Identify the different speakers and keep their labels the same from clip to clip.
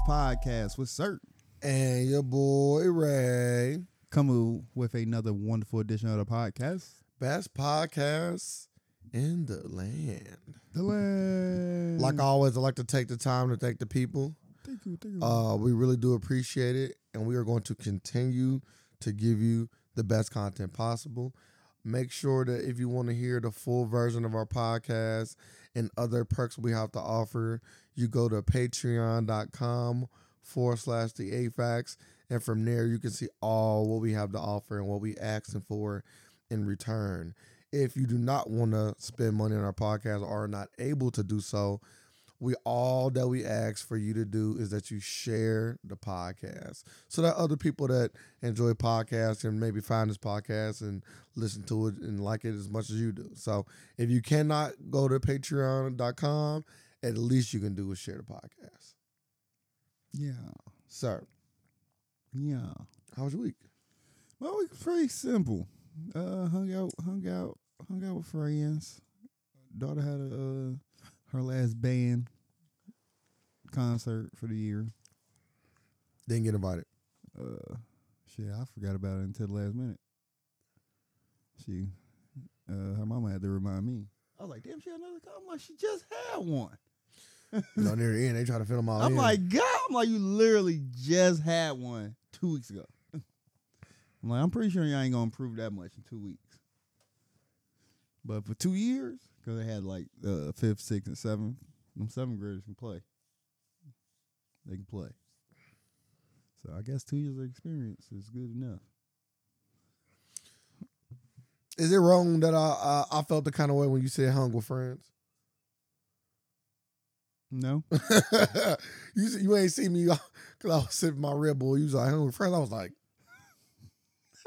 Speaker 1: podcast with Cert.
Speaker 2: And your boy Ray.
Speaker 1: Come with another wonderful edition of the podcast.
Speaker 2: Best podcast in the land.
Speaker 1: The land.
Speaker 2: Like always, I like to take the time to thank the people.
Speaker 1: Thank you. Thank you.
Speaker 2: Uh, we really do appreciate it. And we are going to continue to give you the best content possible. Make sure that if you want to hear the full version of our podcast and other perks we have to offer, you go to patreon.com forward slash the AFAX. And from there, you can see all what we have to offer and what we asking for in return. If you do not want to spend money on our podcast or are not able to do so, we all that we ask for you to do is that you share the podcast so that other people that enjoy podcasts and maybe find this podcast and listen to it and like it as much as you do. So if you cannot go to patreon.com, at least you can do is share the podcast.
Speaker 1: Yeah.
Speaker 2: Sir,
Speaker 1: Yeah.
Speaker 2: how was your week?
Speaker 1: Well, it's pretty simple. Uh, hung out, hung out, hung out with friends. Daughter had a uh, her last band concert for the year.
Speaker 2: Didn't get invited.
Speaker 1: Uh, shit, I forgot about it until the last minute. She, uh, her mama had to remind me. I was like, damn, she had another. con-" I'm like, she just had one.
Speaker 2: You know, near the end, they try to fill them all
Speaker 1: I'm
Speaker 2: in.
Speaker 1: like, God, I'm like, you literally just had one two weeks ago. I'm like, I'm pretty sure y'all ain't gonna improve that much in two weeks. But for two years, because they had like uh, fifth, sixth, and seventh, them seventh graders can play. They can play. So I guess two years of experience is good enough.
Speaker 2: is it wrong that I, I I felt the kind of way when you said hung with friends?
Speaker 1: No,
Speaker 2: you s- you ain't seen me because I was sipping my Red Bull. You was like hung with friends. I was like,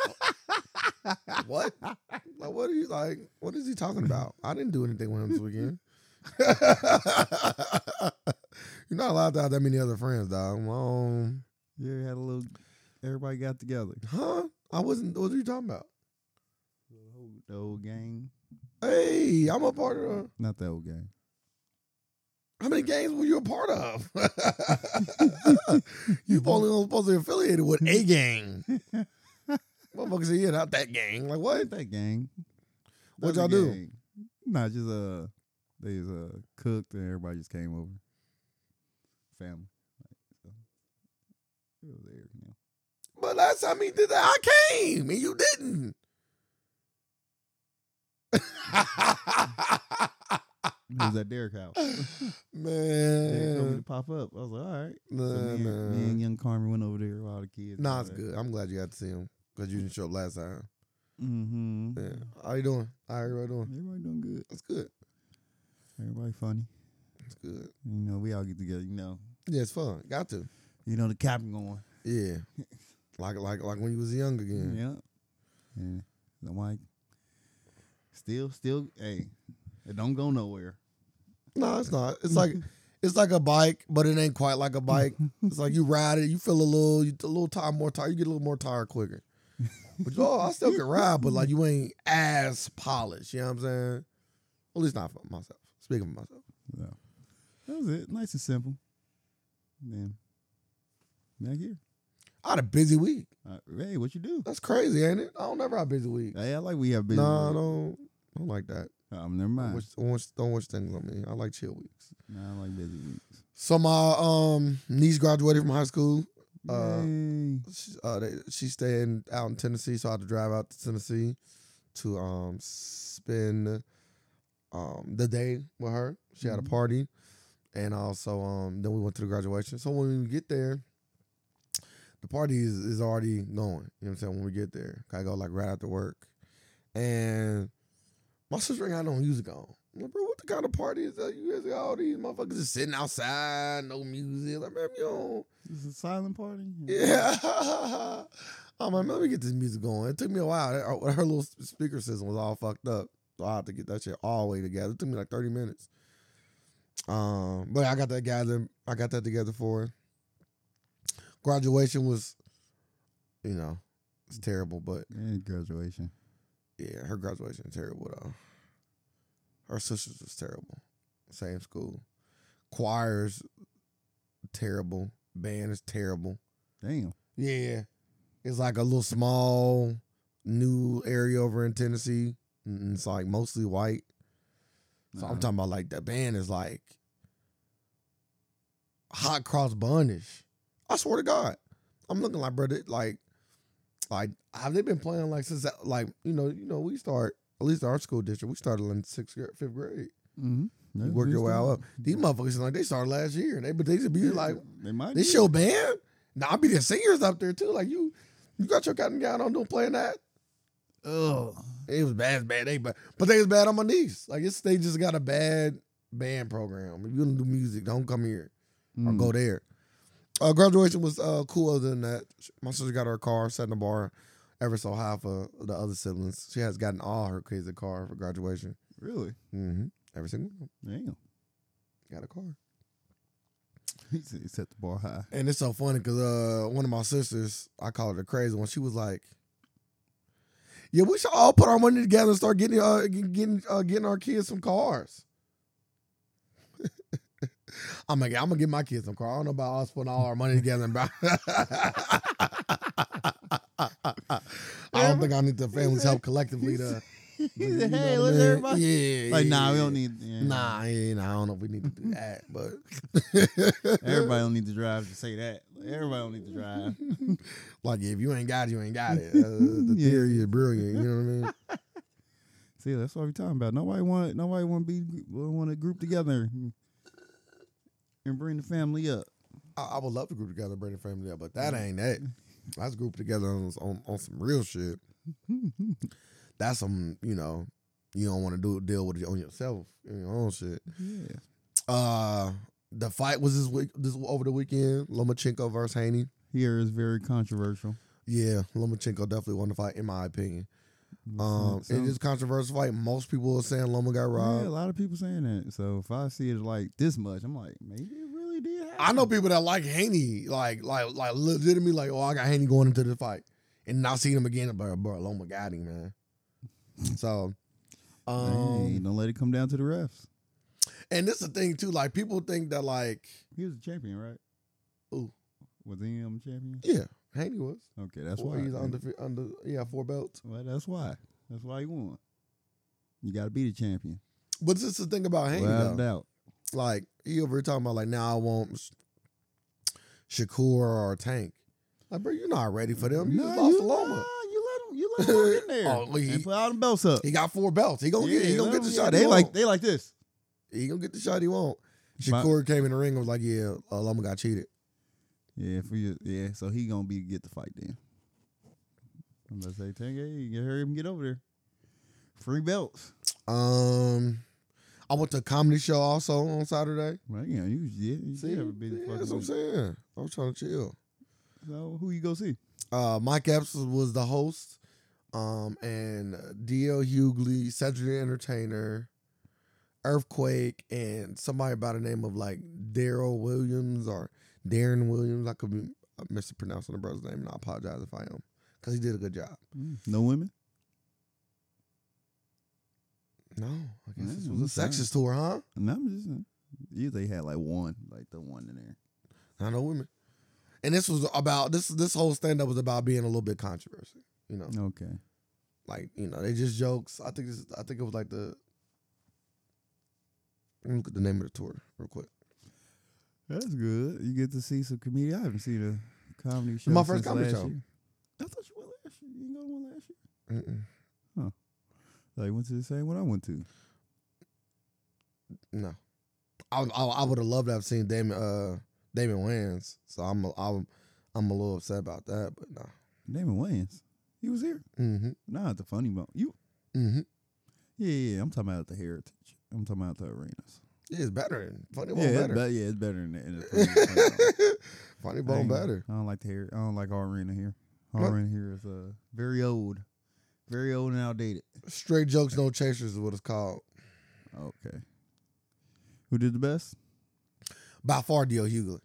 Speaker 2: what? Like what are you like? What is he talking about? I didn't do anything with him this weekend. You're not allowed to have that many other friends, dog. Um,
Speaker 1: yeah, had a little. Everybody got together.
Speaker 2: huh? I wasn't. What are you talking about?
Speaker 1: The whole, the whole gang,
Speaker 2: Hey, I'm a part of. The,
Speaker 1: not the whole gang.
Speaker 2: How many games were you a part of? you
Speaker 1: Mm-hmm.
Speaker 2: only was supposed to be affiliated with a gang. Motherfuckers said, yeah, not that gang. Like, what?
Speaker 1: Ain't that gang?
Speaker 2: What
Speaker 1: That
Speaker 2: y'all
Speaker 1: the
Speaker 2: do?
Speaker 1: gang. Nah, just uh, they just uh cooked and everybody just came over. Family. Like, so. It was there, you know.
Speaker 2: But last time he did that, I came and you didn't.
Speaker 1: It
Speaker 2: Ah.
Speaker 1: was at Derek's house. Derek told me to
Speaker 2: man.
Speaker 1: pop up. I was like, all right. So me,
Speaker 2: Nah,
Speaker 1: and, me and
Speaker 2: man.
Speaker 1: young Carmen went over there with all the kids.
Speaker 2: Nah, it's good. I'm glad you got to see him because you didn't show up last time.
Speaker 1: Mm-hmm.
Speaker 2: Yeah. How you doing? How everybody doing?
Speaker 1: Everybody doing good.
Speaker 2: That's good.
Speaker 1: Everybody funny.
Speaker 2: That's good.
Speaker 1: You know, we all get together. You know,
Speaker 2: Yeah, it's fun. Got to.
Speaker 1: you know the captain going.
Speaker 2: Yeah. Like like like when you was young again.
Speaker 1: Yeah. Yeah. I'm like, still, still, hey, it don't go nowhere.
Speaker 2: No, it's not. It's like it's like a bike, but it ain't quite like a bike. It's like you ride it, you feel a little, you a little tired, more tired, you get a little more tired quicker. But you- oh, I still can ride, but like you ain't as polished. You know what I'm saying? Well, at least not for myself. Speaking for myself,
Speaker 1: So that was it. Nice and simple. Then back here.
Speaker 2: I had a busy week.
Speaker 1: Uh, hey, what you do?
Speaker 2: That's crazy, ain't it? I don't never have busy weeks.
Speaker 1: Hey, I like we have business.
Speaker 2: No, I don't. I don't like that.
Speaker 1: Um, never mind.
Speaker 2: Don't wish, don't, wish, don't wish things on me. I like chill weeks.
Speaker 1: no, I like busy weeks.
Speaker 2: So my um niece graduated from high school. Uh,
Speaker 1: Yay.
Speaker 2: she, uh, they, she's staying out in Tennessee, so I had to drive out to Tennessee to um spend um the day with her. She had
Speaker 1: Mhm.
Speaker 2: a party, and also um then we went to the graduation. So when we get there, the party is, is already going. You know what I'm saying? When we get there, I go like right after work, and my sister ain't got no music on. I'm like, bro, what the kind of party is that? You guys got all these motherfuckers just sitting outside, no music. Like, man, you don't
Speaker 1: This is a silent party.
Speaker 2: yeah. I'm like, let me get this music going. It took me a while. Her, her little speaker system was all fucked up. So I had to get that shit all the way together. It took me like 30 minutes. Um, but I got that gather I got that together for her. Graduation was, you know, it's terrible, but
Speaker 1: And graduation.
Speaker 2: yeah, her graduation was terrible though. Her sisters was terrible. Same school. Choirs terrible. band is terrible.
Speaker 1: Damn.
Speaker 2: Yeah. It's like a little small new area over in Tennessee. Mm, It's like mostly white. So I'm
Speaker 1: Uh-huh.
Speaker 2: talking about like the band is like hot cross bunnish. I swear to God, I'm looking like brother like like have they been playing like since that- like you know you know we start at least our school district we started in sixth grade, fifth grade.
Speaker 1: Mm-hmm.
Speaker 2: You work your way all up. These motherfuckers like they started last year. They but they should be like
Speaker 1: they might.
Speaker 2: this
Speaker 1: be.
Speaker 2: your band? Nah, I'll be the singers up there too. Like you, you got your cotton gown on doing playing that.
Speaker 1: Ugh.
Speaker 2: It was bad, it's bad. They bad, but they was bad on my knees. Like it's they just got a bad band program. If you don't do music, don't come here or
Speaker 1: Mm.
Speaker 2: go there. Uh, graduation was uh, cool. Other than that, my sister got her car, sat in the bar, ever so high for the other siblings. She has gotten all her kids a car for graduation.
Speaker 1: Really?
Speaker 2: Mm-hmm. Every single one
Speaker 1: Damn.
Speaker 2: got a car.
Speaker 1: He said he set the bar high.
Speaker 2: And it's so funny because uh, one of my sisters, I call her the crazy one. She was like, "Yeah, we should all put our money together and start getting uh, g- getting uh, getting our kids some cars." I'm like, I'm gonna get my kids some car. I don't know about us putting all our money together and buy. I don't think I need the family's help collectively to.
Speaker 1: he
Speaker 2: you
Speaker 1: said,
Speaker 2: know
Speaker 1: "Hey,
Speaker 2: what I
Speaker 1: let's
Speaker 2: mean?
Speaker 1: everybody."
Speaker 2: Yeah,
Speaker 1: Like,
Speaker 2: yeah,
Speaker 1: nah, we
Speaker 2: yeah.
Speaker 1: don't need. Yeah.
Speaker 2: Nah, yeah, nah, I don't know if we need to do that, but
Speaker 1: Everybody don't need to drive to say that. Everybody don't need to drive.
Speaker 2: like if you ain't got it, you ain't got it. Uh, the
Speaker 1: Yeah.
Speaker 2: theory is brilliant. You know what I mean?
Speaker 1: See, that's what we're talking about. Nobody want. Nobody want to be. Want to group together and bring the family up.
Speaker 2: I, I would love to group together, bring the family up, but that ain't it. Let's group together on, on on some real shit. That's some you know you don't want to do deal with it on yourself in your own shit.
Speaker 1: yeah.
Speaker 2: Uh, the fight was this week this over the weekend. Lomachenko versus Haney.
Speaker 1: Here is very controversial.
Speaker 2: Yeah, Lomachenko definitely won the fight in my opinion. Um,
Speaker 1: So-
Speaker 2: it is a controversial fight. Most people are saying Loma got robbed.
Speaker 1: Yeah, a lot of people saying that. So if I see it like this much, I'm like, maybe it really did happen.
Speaker 2: I know people that like Haney, like like like legitimately, like oh I got Haney going into the fight, and not seeing him again, but bro, Loma got him, man. So,
Speaker 1: hey,
Speaker 2: um,
Speaker 1: don't let it come down to the refs.
Speaker 2: and this is the thing too, like people think that like
Speaker 1: He was a champion, right?
Speaker 2: Who?
Speaker 1: was he a champion?
Speaker 2: yeah, Haney was
Speaker 1: Okay, that's
Speaker 2: Four-
Speaker 1: why.
Speaker 2: he's under under yeah four belts.
Speaker 1: Well, that's why. That's why he won. You got to be the champion,
Speaker 2: But this is the thing about Haney,
Speaker 1: without a
Speaker 2: though.
Speaker 1: doubt.
Speaker 2: like he over here talking about like now I want Shakur or Tank. Like bro, you're not ready for them. You just lost to Loma.
Speaker 1: nah, you let him. You let him walk in there
Speaker 2: Oh, well, he-
Speaker 1: and put all them belts up.
Speaker 2: He got four belts. He gonna get. He
Speaker 1: Yeah,
Speaker 2: gonna
Speaker 1: let
Speaker 2: get the
Speaker 1: him-
Speaker 2: shot.
Speaker 1: They
Speaker 2: he
Speaker 1: like
Speaker 2: want.
Speaker 1: they like this.
Speaker 2: He gonna get the shot he want.
Speaker 1: But-
Speaker 2: Shakur came in the ring and was like, "Yeah, uh, Loma got cheated."
Speaker 1: Yeah, for you. Yeah, so he gonna be get the fight then. I'm gonna say, Tank, hey, you hurry up and get over there. Free belts.
Speaker 2: Um, I went to a comedy show also on Saturday.
Speaker 1: Right? Yeah, you yeah, you did have a busy
Speaker 2: Yeah,
Speaker 1: fucking
Speaker 2: that's what I'm
Speaker 1: week.
Speaker 2: saying. I'm trying to chill.
Speaker 1: So who you go see?
Speaker 2: Uh, Mike Epps was the host, um, and D.L. Hughley, Cedric the Entertainer, Earthquake, and somebody by the name of like Daryl Williams or Darren Williams. I could be I'm mispronouncing the brother's name, and I apologize if I am because he did a good job.
Speaker 1: No women.
Speaker 2: No, I guess this
Speaker 1: Yeah,
Speaker 2: was a
Speaker 1: I'm sorry.
Speaker 2: Mm-hmm. sexist tour, huh?
Speaker 1: No, I'm just you. They had like one, like the one in there.
Speaker 2: I know women. And this was about this this whole stand up was about being a little bit controversial. You know.
Speaker 1: Okay.
Speaker 2: Like, you know, they just jokes. I think this I think it was like the let me look at the name of the tour real quick.
Speaker 1: That's good. You get to see some comedy. I haven't seen a comedy show.
Speaker 2: My first
Speaker 1: since
Speaker 2: comedy
Speaker 1: last
Speaker 2: show.
Speaker 1: year. I thought you went last year. You didn't go to one last year.
Speaker 2: Mm-mm.
Speaker 1: Like went to the same one I went to.
Speaker 2: No. I I, I would have loved to have seen Damon uh Damon Wayans. So I'm a, I'm I'm a little upset about that, but no.
Speaker 1: Damon Wayans. He was here.
Speaker 2: Mm-hmm.
Speaker 1: Nah, at the funny bone. You
Speaker 2: Mm-hmm.
Speaker 1: yeah, yeah, yeah. I'm talking about at the heritage. I'm talking about the arenas.
Speaker 2: Yeah, it's better. Funny bone
Speaker 1: Yeah, it's
Speaker 2: better.
Speaker 1: be- yeah, it's better than the, in the funny, funny bone.
Speaker 2: Funny
Speaker 1: I
Speaker 2: bone
Speaker 1: ain't-
Speaker 2: better.
Speaker 1: I don't like the hair. I don't like our arena here. Our
Speaker 2: What?
Speaker 1: arena here is uh very old, very old and outdated.
Speaker 2: Straight jokes, no chasers is what it's called.
Speaker 1: Okay. Who did the best?
Speaker 2: By far, D.O. Hughley.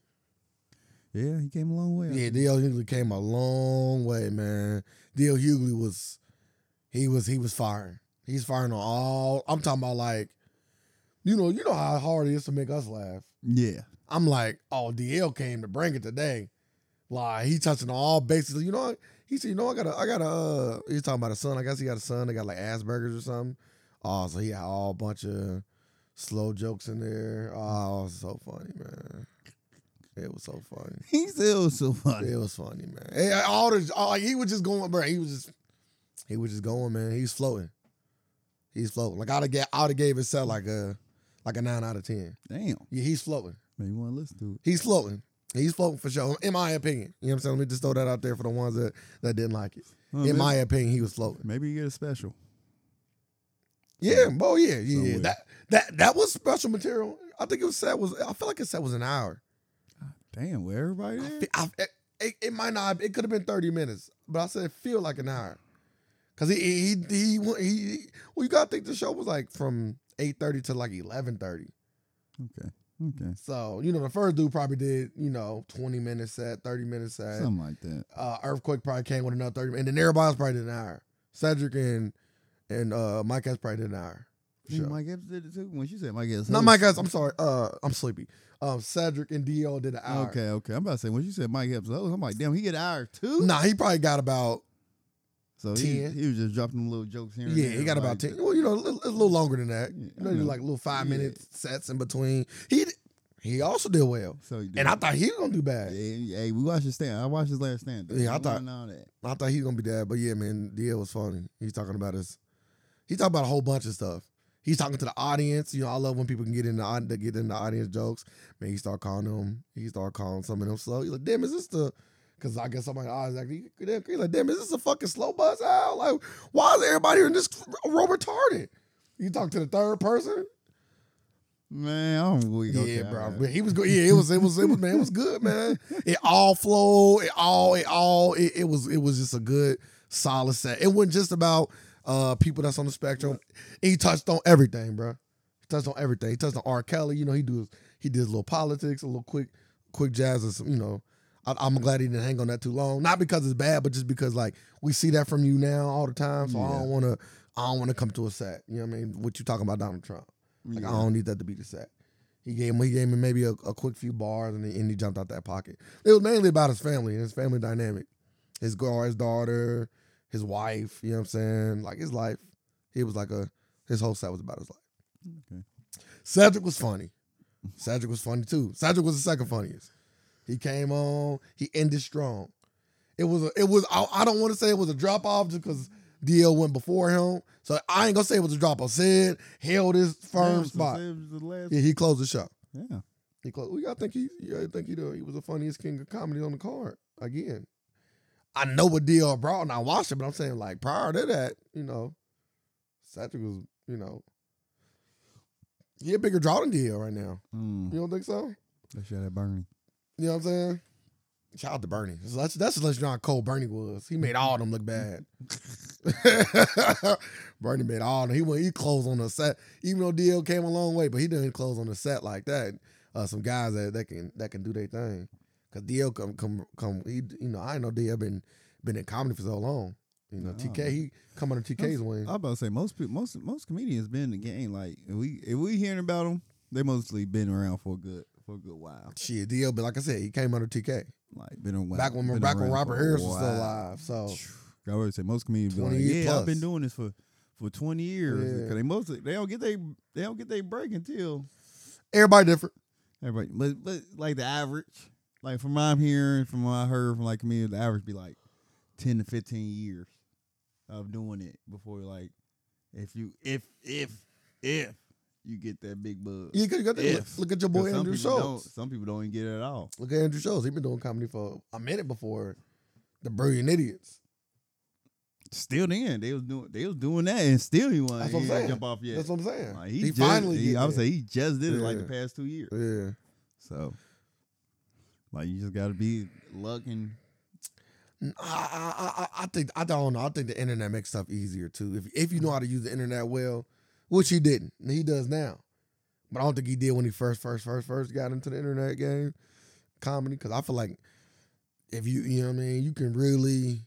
Speaker 1: Yeah, he came a long way. I
Speaker 2: Yeah,
Speaker 1: think.
Speaker 2: D.O. Hughley came a long way, man. D.O. Hughley was, he was, he was firing. He's firing on all. I'm talking about like, you know, you know how hard it is to make us laugh.
Speaker 1: yeah.
Speaker 2: I'm like, oh, DL came to bring it today. Like he touching all bases. You know, what? he said, you know, I got a, I got a. Uh, he's talking about a son. I guess he got a son. They got like Asperger's or something. Oh, so he had all bunch of slow jokes in there. Oh, it was so funny, man. It was so funny.
Speaker 1: He still so funny.
Speaker 2: It was funny, man. Hey, I- all this, all, like, he was just going, bro. He was just, he was just going, man. He's floating. He's floating. Like I'd have, ga- I'd have gave his set like a, like a nine out of ten.
Speaker 1: Damn.
Speaker 2: Yeah, he's floating.
Speaker 1: Man, you want to listen to it?
Speaker 2: He's floating. He's floating for sure. In my opinion, you know what I'm saying. Let me just throw that out there for the ones that that didn't like it.
Speaker 1: Huh,
Speaker 2: In
Speaker 1: maybe,
Speaker 2: my opinion, he was floating.
Speaker 1: maybe you get a special.
Speaker 2: Yeah, bro. Yeah, yeah. yeah.
Speaker 1: Somewhere.
Speaker 2: That that that was special material. I think it was set was. I feel like it set was an hour.
Speaker 1: Damn, where everybody
Speaker 2: Ah. I
Speaker 1: there?
Speaker 2: fe- I, it- it, it might not. It could have been thirty minutes, but I said it feel like an hour. Cause he he he, he, wa- he, he- well, you gotta think the show was like from eight thirty to like eleven thirty.
Speaker 1: Okay. Okay.
Speaker 2: So you know the first dude probably did you know twenty minutes set, thirty minutes set.
Speaker 1: Something like that.
Speaker 2: Uh, Earthquake probably came with another thirty, and then everybody else probably did an hour. Cedric and and uh, Mike Epps probably did an hour. for
Speaker 1: Sure.
Speaker 2: sure.
Speaker 1: Mike Epps did it too. When she said Mike Epps,
Speaker 2: Not
Speaker 1: host-
Speaker 2: Mike Epps. I'm sorry. Uh, I'm sleepy. Um, Cedric and Dio did an hour.
Speaker 1: Okay, okay. I'm about to say when she said Mike Epps, host, I'm like, damn, he get an hour too.
Speaker 2: Nah, he probably got about
Speaker 1: So he,
Speaker 2: 10.
Speaker 1: he was just dropping them little jokes here. and
Speaker 2: Yeah,
Speaker 1: there,
Speaker 2: he got about
Speaker 1: like-
Speaker 2: ten. Well, you know, a little, a little longer than that.
Speaker 1: Yeah,
Speaker 2: you know,
Speaker 1: I know.
Speaker 2: like little five
Speaker 1: Yeah.
Speaker 2: minute sets in between. He d- he also did well,
Speaker 1: So he did.
Speaker 2: and I thought he was gonna do
Speaker 1: Yeah,
Speaker 2: bad.
Speaker 1: Hey, we watched his stand. I watched his last stand.
Speaker 2: Yeah, I thought-
Speaker 1: all that.
Speaker 2: I thought he was gonna be bad, but yeah, man, DL was funny. He's talking about us. He talked about a whole bunch of stuff. He's talking to the audience. You know, I love when people can get in the aud- get in the audience jokes. Man, he start calling them. He start calling some of them slow. He's like, damn, is this the? Because I guess somebody eyes like he- he's like, damn, is this a fucking slow bus out? Like, why is everybody in this real retarded? You talk to the third person.
Speaker 1: Man, I'm weak. okay,
Speaker 2: yeah,
Speaker 1: I
Speaker 2: bro.
Speaker 1: got it.
Speaker 2: But He was good. Yeah, it was. It was. It was. Man, it was good, man. It all flowed. It all. It all. It, it was. It was just a good, solid set. It wasn't just about uh people that's on the spectrum. He touched on everything, bro. He touched on everything. He touched on R. Kelly. You know, he do. He did a little politics, a little quick, quick jazz, and some. You know, I, I'm glad he didn't hang on that too long. Not because it's bad, but just because like we see that from you now all the time. So I
Speaker 1: Yeah.
Speaker 2: don't want to. I don't want to come to a set. You know what I mean? What you talking about, Donald Trump? Like, I
Speaker 1: Yeah.
Speaker 2: don't need that to be the set. He gave him, he gave him maybe a, a quick few bars, and, he- and he jumped out that pocket. It was mainly about his family and his family dynamic, his girl, his daughter, his wife. You know what I'm saying? Like his life. He was like a his whole set was about his life.
Speaker 1: Okay.
Speaker 2: Cedric was funny. Cedric was funny too. Cedric was the second funniest. He came on. He ended strong. It was a, it was I, I don't want to say it was a drop off just because DL went before him. So I ain't gonna say it was a drop off. Sid held his firm
Speaker 1: Damn, so
Speaker 2: spot.
Speaker 1: Sam was the last-
Speaker 2: Yeah, he closed the show.
Speaker 1: Yeah.
Speaker 2: He closed. We got think he. Yeah, I think he. The, he was the funniest king of comedy on the card again. I know what DL brought and I watched it, but I'm saying like prior to that, you know, Cedric was, you know, he a bigger draw than DL right now.
Speaker 1: Mm.
Speaker 2: You don't think so?
Speaker 1: That shit at Bernie.
Speaker 2: You know what I'm saying? Shout out to Bernie. So That's that's just how cold Bernie was. He made all of them look bad. Bernie made all of them. He went he closed on the set. Even though DL came a long way, but he didn't close on the set like that. Uh, some guys that, that can that can do their thing. Cause DL come come come he you know, I know DL been been in comedy for so long. You know,
Speaker 1: Nah.
Speaker 2: TK he come under TK's win.
Speaker 1: I was about to say most people, most most comedians been in the game. Like if we if we hearing about them, they mostly been around for a good for a good while.
Speaker 2: Shit, DL but like I said, he came under TK.
Speaker 1: Like been around
Speaker 2: back when
Speaker 1: been
Speaker 2: back when
Speaker 1: around
Speaker 2: Robert
Speaker 1: for a
Speaker 2: Harris was still
Speaker 1: while.
Speaker 2: alive. So
Speaker 1: I would say most comedians be
Speaker 2: 20
Speaker 1: like,
Speaker 2: years
Speaker 1: yeah,
Speaker 2: plus.
Speaker 1: I've been doing this for for twenty years.
Speaker 2: Yeah.
Speaker 1: 'Cause they mostly they don't get they they don't get they break until
Speaker 2: everybody different.
Speaker 1: everybody. But but like the average, like from what I'm hearing, from what I heard from like comedians, the average be like ten to fifteen years of doing it before like if you if if if you get that big bug.
Speaker 2: Yeah, 'cause you got to look,
Speaker 1: If.
Speaker 2: look at your
Speaker 1: 'Cause
Speaker 2: boy
Speaker 1: some
Speaker 2: Andrew
Speaker 1: people don't-
Speaker 2: Schultz.
Speaker 1: Some people don't even get it at all.
Speaker 2: Look at Andrew Schultz. He's been doing comedy for a minute before the Brilliant Idiots.
Speaker 1: Still, then they was doing they was doing that, and still he won.
Speaker 2: That's what I'm saying.
Speaker 1: Jump off yet?
Speaker 2: That's what I'm saying.
Speaker 1: Like,
Speaker 2: he
Speaker 1: just-
Speaker 2: finally.
Speaker 1: he-
Speaker 2: getting
Speaker 1: I would
Speaker 2: there.
Speaker 1: say he just did it like the
Speaker 2: Yeah.
Speaker 1: past two years.
Speaker 2: Yeah.
Speaker 1: So, like you just got to be luck and
Speaker 2: N- I, I, I, I think I don't know. I think the internet makes stuff easier too. If if you know how to use the internet well, which he didn't, he does now. But I don't think he did when he first, first, first, first got into the internet game comedy. Because I feel like if you, you know what I mean, you can really.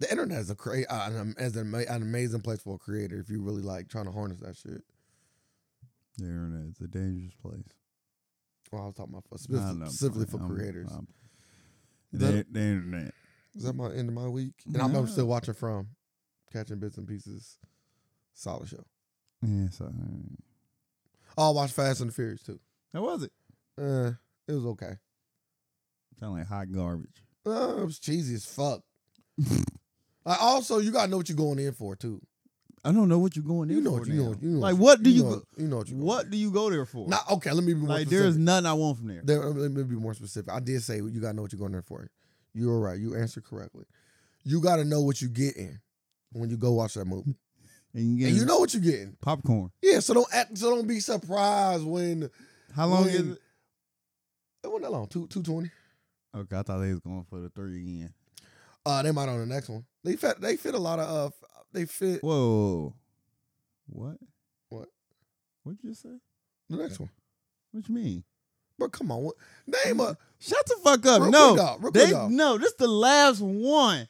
Speaker 2: The internet is a cra- uh, an, am- as an, ama- an amazing place for a creator if you really like trying to harness that shit.
Speaker 1: the internet. It's a dangerous place.
Speaker 2: Well, I was talking about for
Speaker 1: I don't know,
Speaker 2: specif- specifically for
Speaker 1: I'm- uh,
Speaker 2: creators.
Speaker 1: I'm- the,
Speaker 2: The-
Speaker 1: the internet.
Speaker 2: Is that my end of my week? And I'm,
Speaker 1: No.
Speaker 2: I'm still watching from catching bits and pieces. Solid show.
Speaker 1: Yeah, so uh,
Speaker 2: Oh, I watched Fast and the Furious too.
Speaker 1: how was it?
Speaker 2: Uh, it was okay.
Speaker 1: Sound like hot garbage.
Speaker 2: Uh, it was cheesy as fuck. I also, you gotta know what you're going in for too.
Speaker 1: I don't know what you're going in
Speaker 2: You know
Speaker 1: for
Speaker 2: what you
Speaker 1: now.
Speaker 2: know. You know
Speaker 1: like what do you,
Speaker 2: know,
Speaker 1: go,
Speaker 2: you know what you
Speaker 1: what do you go there for?
Speaker 2: Not okay. Let me be more
Speaker 1: like
Speaker 2: specific.
Speaker 1: there is nothing I want from there.
Speaker 2: There, let me be more specific. I did say you gotta know what you're going there for. You were right. You answered correctly. You gotta know what you getting when you go watch that movie,
Speaker 1: And you
Speaker 2: and
Speaker 1: get
Speaker 2: you know what you're getting.
Speaker 1: popcorn.
Speaker 2: Yeah. So don't act. So don't be surprised when it
Speaker 1: How long
Speaker 2: When-
Speaker 1: is it?
Speaker 2: wasn't that long. Two two twenty.
Speaker 1: Okay, I thought they was going for the three again.
Speaker 2: Uh, they might on the next one. They fit. They fit a lot of. Uh, f- they fit
Speaker 1: Whoa, what?
Speaker 2: What?
Speaker 1: What you just say?
Speaker 2: the next one.
Speaker 1: What you mean?
Speaker 2: But come on, what, name a
Speaker 1: Shut the fuck up!
Speaker 2: real
Speaker 1: no,
Speaker 2: quick, dog, real quick,
Speaker 1: they
Speaker 2: dog.
Speaker 1: no. This the last one.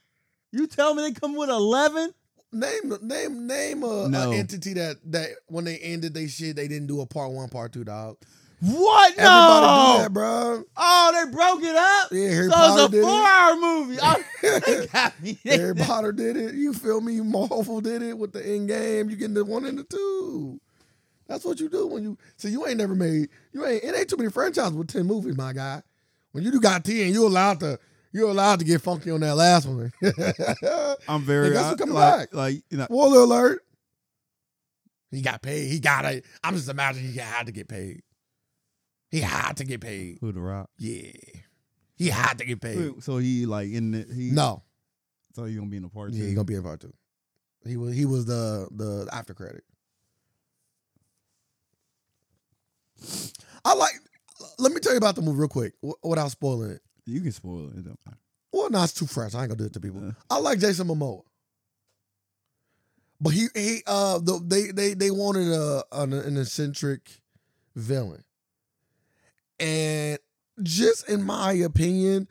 Speaker 1: You tell me they come with eleven?
Speaker 2: Name name name a,
Speaker 1: No.
Speaker 2: a entity that that when they ended they shit they didn't do a part one part two dog.
Speaker 1: What? No.
Speaker 2: Everybody do that, bro.
Speaker 1: Oh, they broke it up.
Speaker 2: Yeah, Harry
Speaker 1: so
Speaker 2: Potter
Speaker 1: it's a
Speaker 2: did it.
Speaker 1: four-hour movie. Oh, they got me.
Speaker 2: Harry Potter did it. You feel me? Marvel did it with the end game. You getting the one and the two. That's what you do when you see you ain't never made you ain't it ain't too many franchises with ten movies, my guy. When you do got ten, you allowed to you allowed to get funky on that last one.
Speaker 1: I'm very.
Speaker 2: Hey, guess who coming
Speaker 1: like,
Speaker 2: back?
Speaker 1: Like you know,
Speaker 2: Spoiler alert. He got paid. He got it. I'm just imagining he had to get paid. He had to get paid.
Speaker 1: who the rock?
Speaker 2: Yeah. He had to get paid.
Speaker 1: Wait, so he like in the he.
Speaker 2: No.
Speaker 1: So he gonna be in the part
Speaker 2: Yeah,
Speaker 1: two.
Speaker 2: he gonna be in part two. He was he was the the after credit. I like let me tell you about the movie real quick wh- without spoiling it.
Speaker 1: you can spoil it. it. don't matter.
Speaker 2: Well, no, it's too fresh. I ain't gonna do it to people.
Speaker 1: Yeah.
Speaker 2: I like Jason Momoa, but he he uh the, they they they wanted a an, an eccentric villain, and just in my opinion,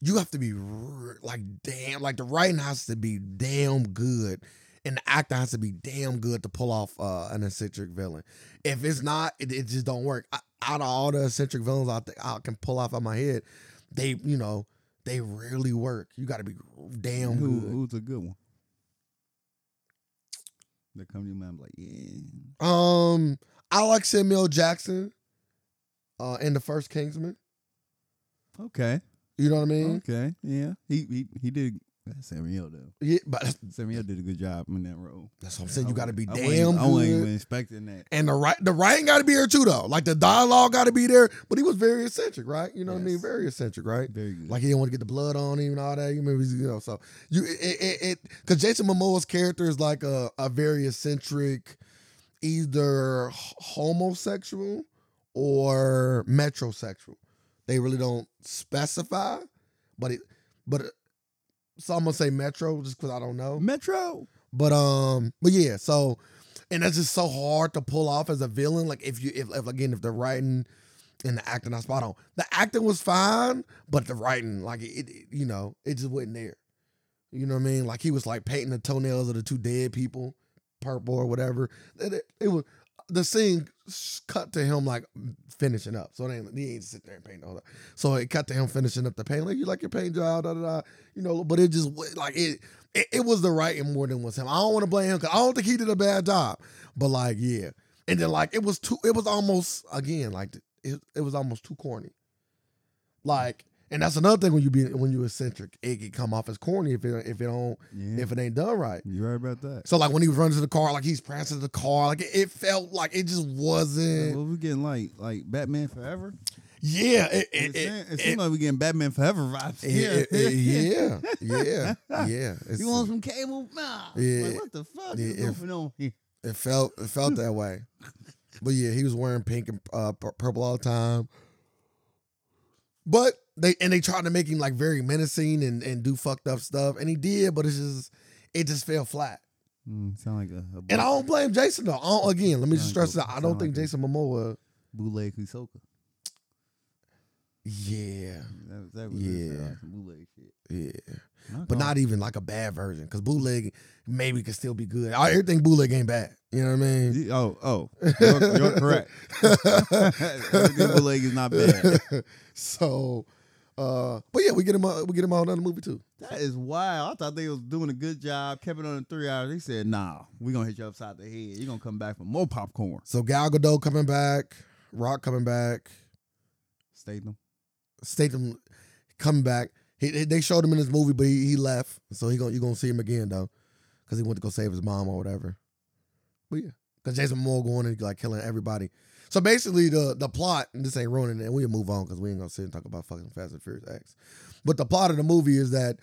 Speaker 2: you have to be r- like damn like the writing has to be damn good. And the actor has to be damn good to pull off uh, an eccentric villain. If it's not, it, it just don't work. I, out of all the eccentric villains I, think I can pull off out of my head, they you know they rarely work. You got to be damn
Speaker 1: Who,
Speaker 2: good.
Speaker 1: who's a good one? They come to your mind like, yeah.
Speaker 2: Um, I like Samuel Jackson, uh, in the first Kingsman.
Speaker 1: Okay.
Speaker 2: You know what I mean?
Speaker 1: Okay. Yeah. He he he did. That's Samuel though.
Speaker 2: Yeah, but that's,
Speaker 1: Samuel did a good job in that role.
Speaker 2: that's what I'm saying. You
Speaker 1: I
Speaker 2: got to
Speaker 1: wa-
Speaker 2: be
Speaker 1: I wasn't-
Speaker 2: damn
Speaker 1: I wasn't
Speaker 2: good.
Speaker 1: even expecting that.
Speaker 2: And the right, the writing got to be there too, though. Like the dialogue got to be there. But he was very eccentric, right? You know what I mean?
Speaker 1: Yes.
Speaker 2: Very eccentric, right?
Speaker 1: Very good.
Speaker 2: Like he didn't want to get the blood on him and all that. You remember, he's- you know. So you, it, it, it because Jason Momoa's character is like a, a very eccentric, either h- homosexual or metrosexual. They really don't specify, but it, but it, so I'm gonna say metro just because I don't know.
Speaker 1: Metro.
Speaker 2: But um, but yeah, so and that's just so hard to pull off as a villain. Like if you if, if again if the writing and the acting not spot on. The acting was fine, but the writing, like it, it you know, it just wasn't there. You know what I mean? Like he was like painting the toenails of the two dead people, purple or whatever. It, it, it was the scene s- cut to him like finishing up. So it ain't, he ain't sitting there and painting all that. So it cut to him finishing up the paint. Like you like your paint job, da da da. You know, but it just wa- like it. It, it was the writing more than was him. I don't want to blame him because I don't think he did a bad job. But like, yeah, and then like it was too. It was almost again like it, it was almost too corny. Like, and that's another thing when you be when you eccentric, it can come off as corny if it if it don't
Speaker 1: Yeah.
Speaker 2: if it ain't done right.
Speaker 1: you right about that.
Speaker 2: So like when he was running to the car, like he's prancing to the car, like it, it felt like it just
Speaker 1: Like,
Speaker 2: wasn't.
Speaker 1: what we getting like like Batman Forever?
Speaker 2: Yeah, it,
Speaker 1: It,
Speaker 2: it, it,
Speaker 1: seem- it
Speaker 2: it-
Speaker 1: seems like we getting Batman Forever vibes.
Speaker 2: it-
Speaker 1: here.
Speaker 2: it- yeah, yeah, yeah. It's-
Speaker 1: you want some cable? Nah.
Speaker 2: Yeah.
Speaker 1: Like, what the fuck is
Speaker 2: Yeah, if-
Speaker 1: going on here?
Speaker 2: It felt it felt that way. But yeah, he was wearing pink and uh, pur- purple all the time. But they and they tried to make him like very menacing and and do fucked up stuff, and he did. But it's just it just fell flat.
Speaker 1: Mm, sound like a, a
Speaker 2: And I
Speaker 1: Bou-
Speaker 2: don't blame Jason though. I don't, again, let me just
Speaker 1: Sound like
Speaker 2: stress
Speaker 1: a-
Speaker 2: that I don't
Speaker 1: sound
Speaker 2: think
Speaker 1: like a-
Speaker 2: Jason Momoa.
Speaker 1: bootleg Hisoka.
Speaker 2: Yeah,
Speaker 1: That, that was it,
Speaker 2: Yeah.
Speaker 1: uh, some bootleg shit.
Speaker 2: yeah,
Speaker 1: Not
Speaker 2: but
Speaker 1: gonna-
Speaker 2: not even like a bad version, because bootleg maybe could still be good. I- Everything bootleg ain't bad. You know what I mean?
Speaker 1: You- Oh, oh, you're, you're correct. Everything bootleg is not bad.
Speaker 2: so, uh, but yeah, we get him. We get him on another movie too.
Speaker 1: That is wild. I thought they was doing a good job, kept it under three hours. They said, "Nah, we gonna hit you upside the head. You're gonna come back for more popcorn."
Speaker 2: So Gal Gadot coming back, Rock coming back,
Speaker 1: Statham.
Speaker 2: Statham coming back. He, they- they showed him in this movie, but he, he left. So he gonna you gonna see him again though, because he went to go save his mom or whatever. But yeah, because Jason Moore going and like killing everybody. So basically, the the plot and this ain't ruining it. and We'll move on because we ain't gonna sit and talk about fucking Fast and Furious X. But the plot of the movie is that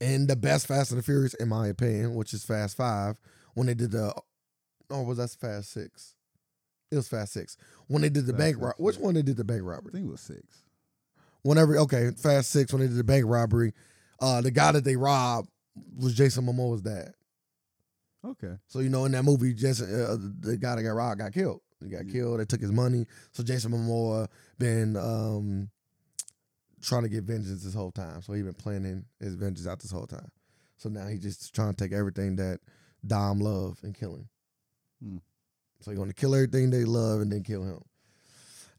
Speaker 2: in the best Fast and the Furious, in my opinion, which is Fast Five, when they did the oh was that Fast Six? It was Fast Six when they did the
Speaker 1: Fast
Speaker 2: bank
Speaker 1: Six,
Speaker 2: rob. Which
Speaker 1: yeah.
Speaker 2: one they did the bank
Speaker 1: I
Speaker 2: robbery?
Speaker 1: think it was six.
Speaker 2: whenever okay, Fast Six when they did the bank robbery, uh, the guy that they robbed was Jason Momoa's dad.
Speaker 1: Okay.
Speaker 2: So you know in that movie, Jason uh, the guy that got robbed got killed. He got
Speaker 1: Yeah.
Speaker 2: killed. They took his money. So Jason Momoa been um trying to get vengeance this whole time. So he been planning his vengeance out this whole time. So now he just trying to take everything that Dom love and kill him.
Speaker 1: Hmm.
Speaker 2: So he going to kill everything they love and then kill him.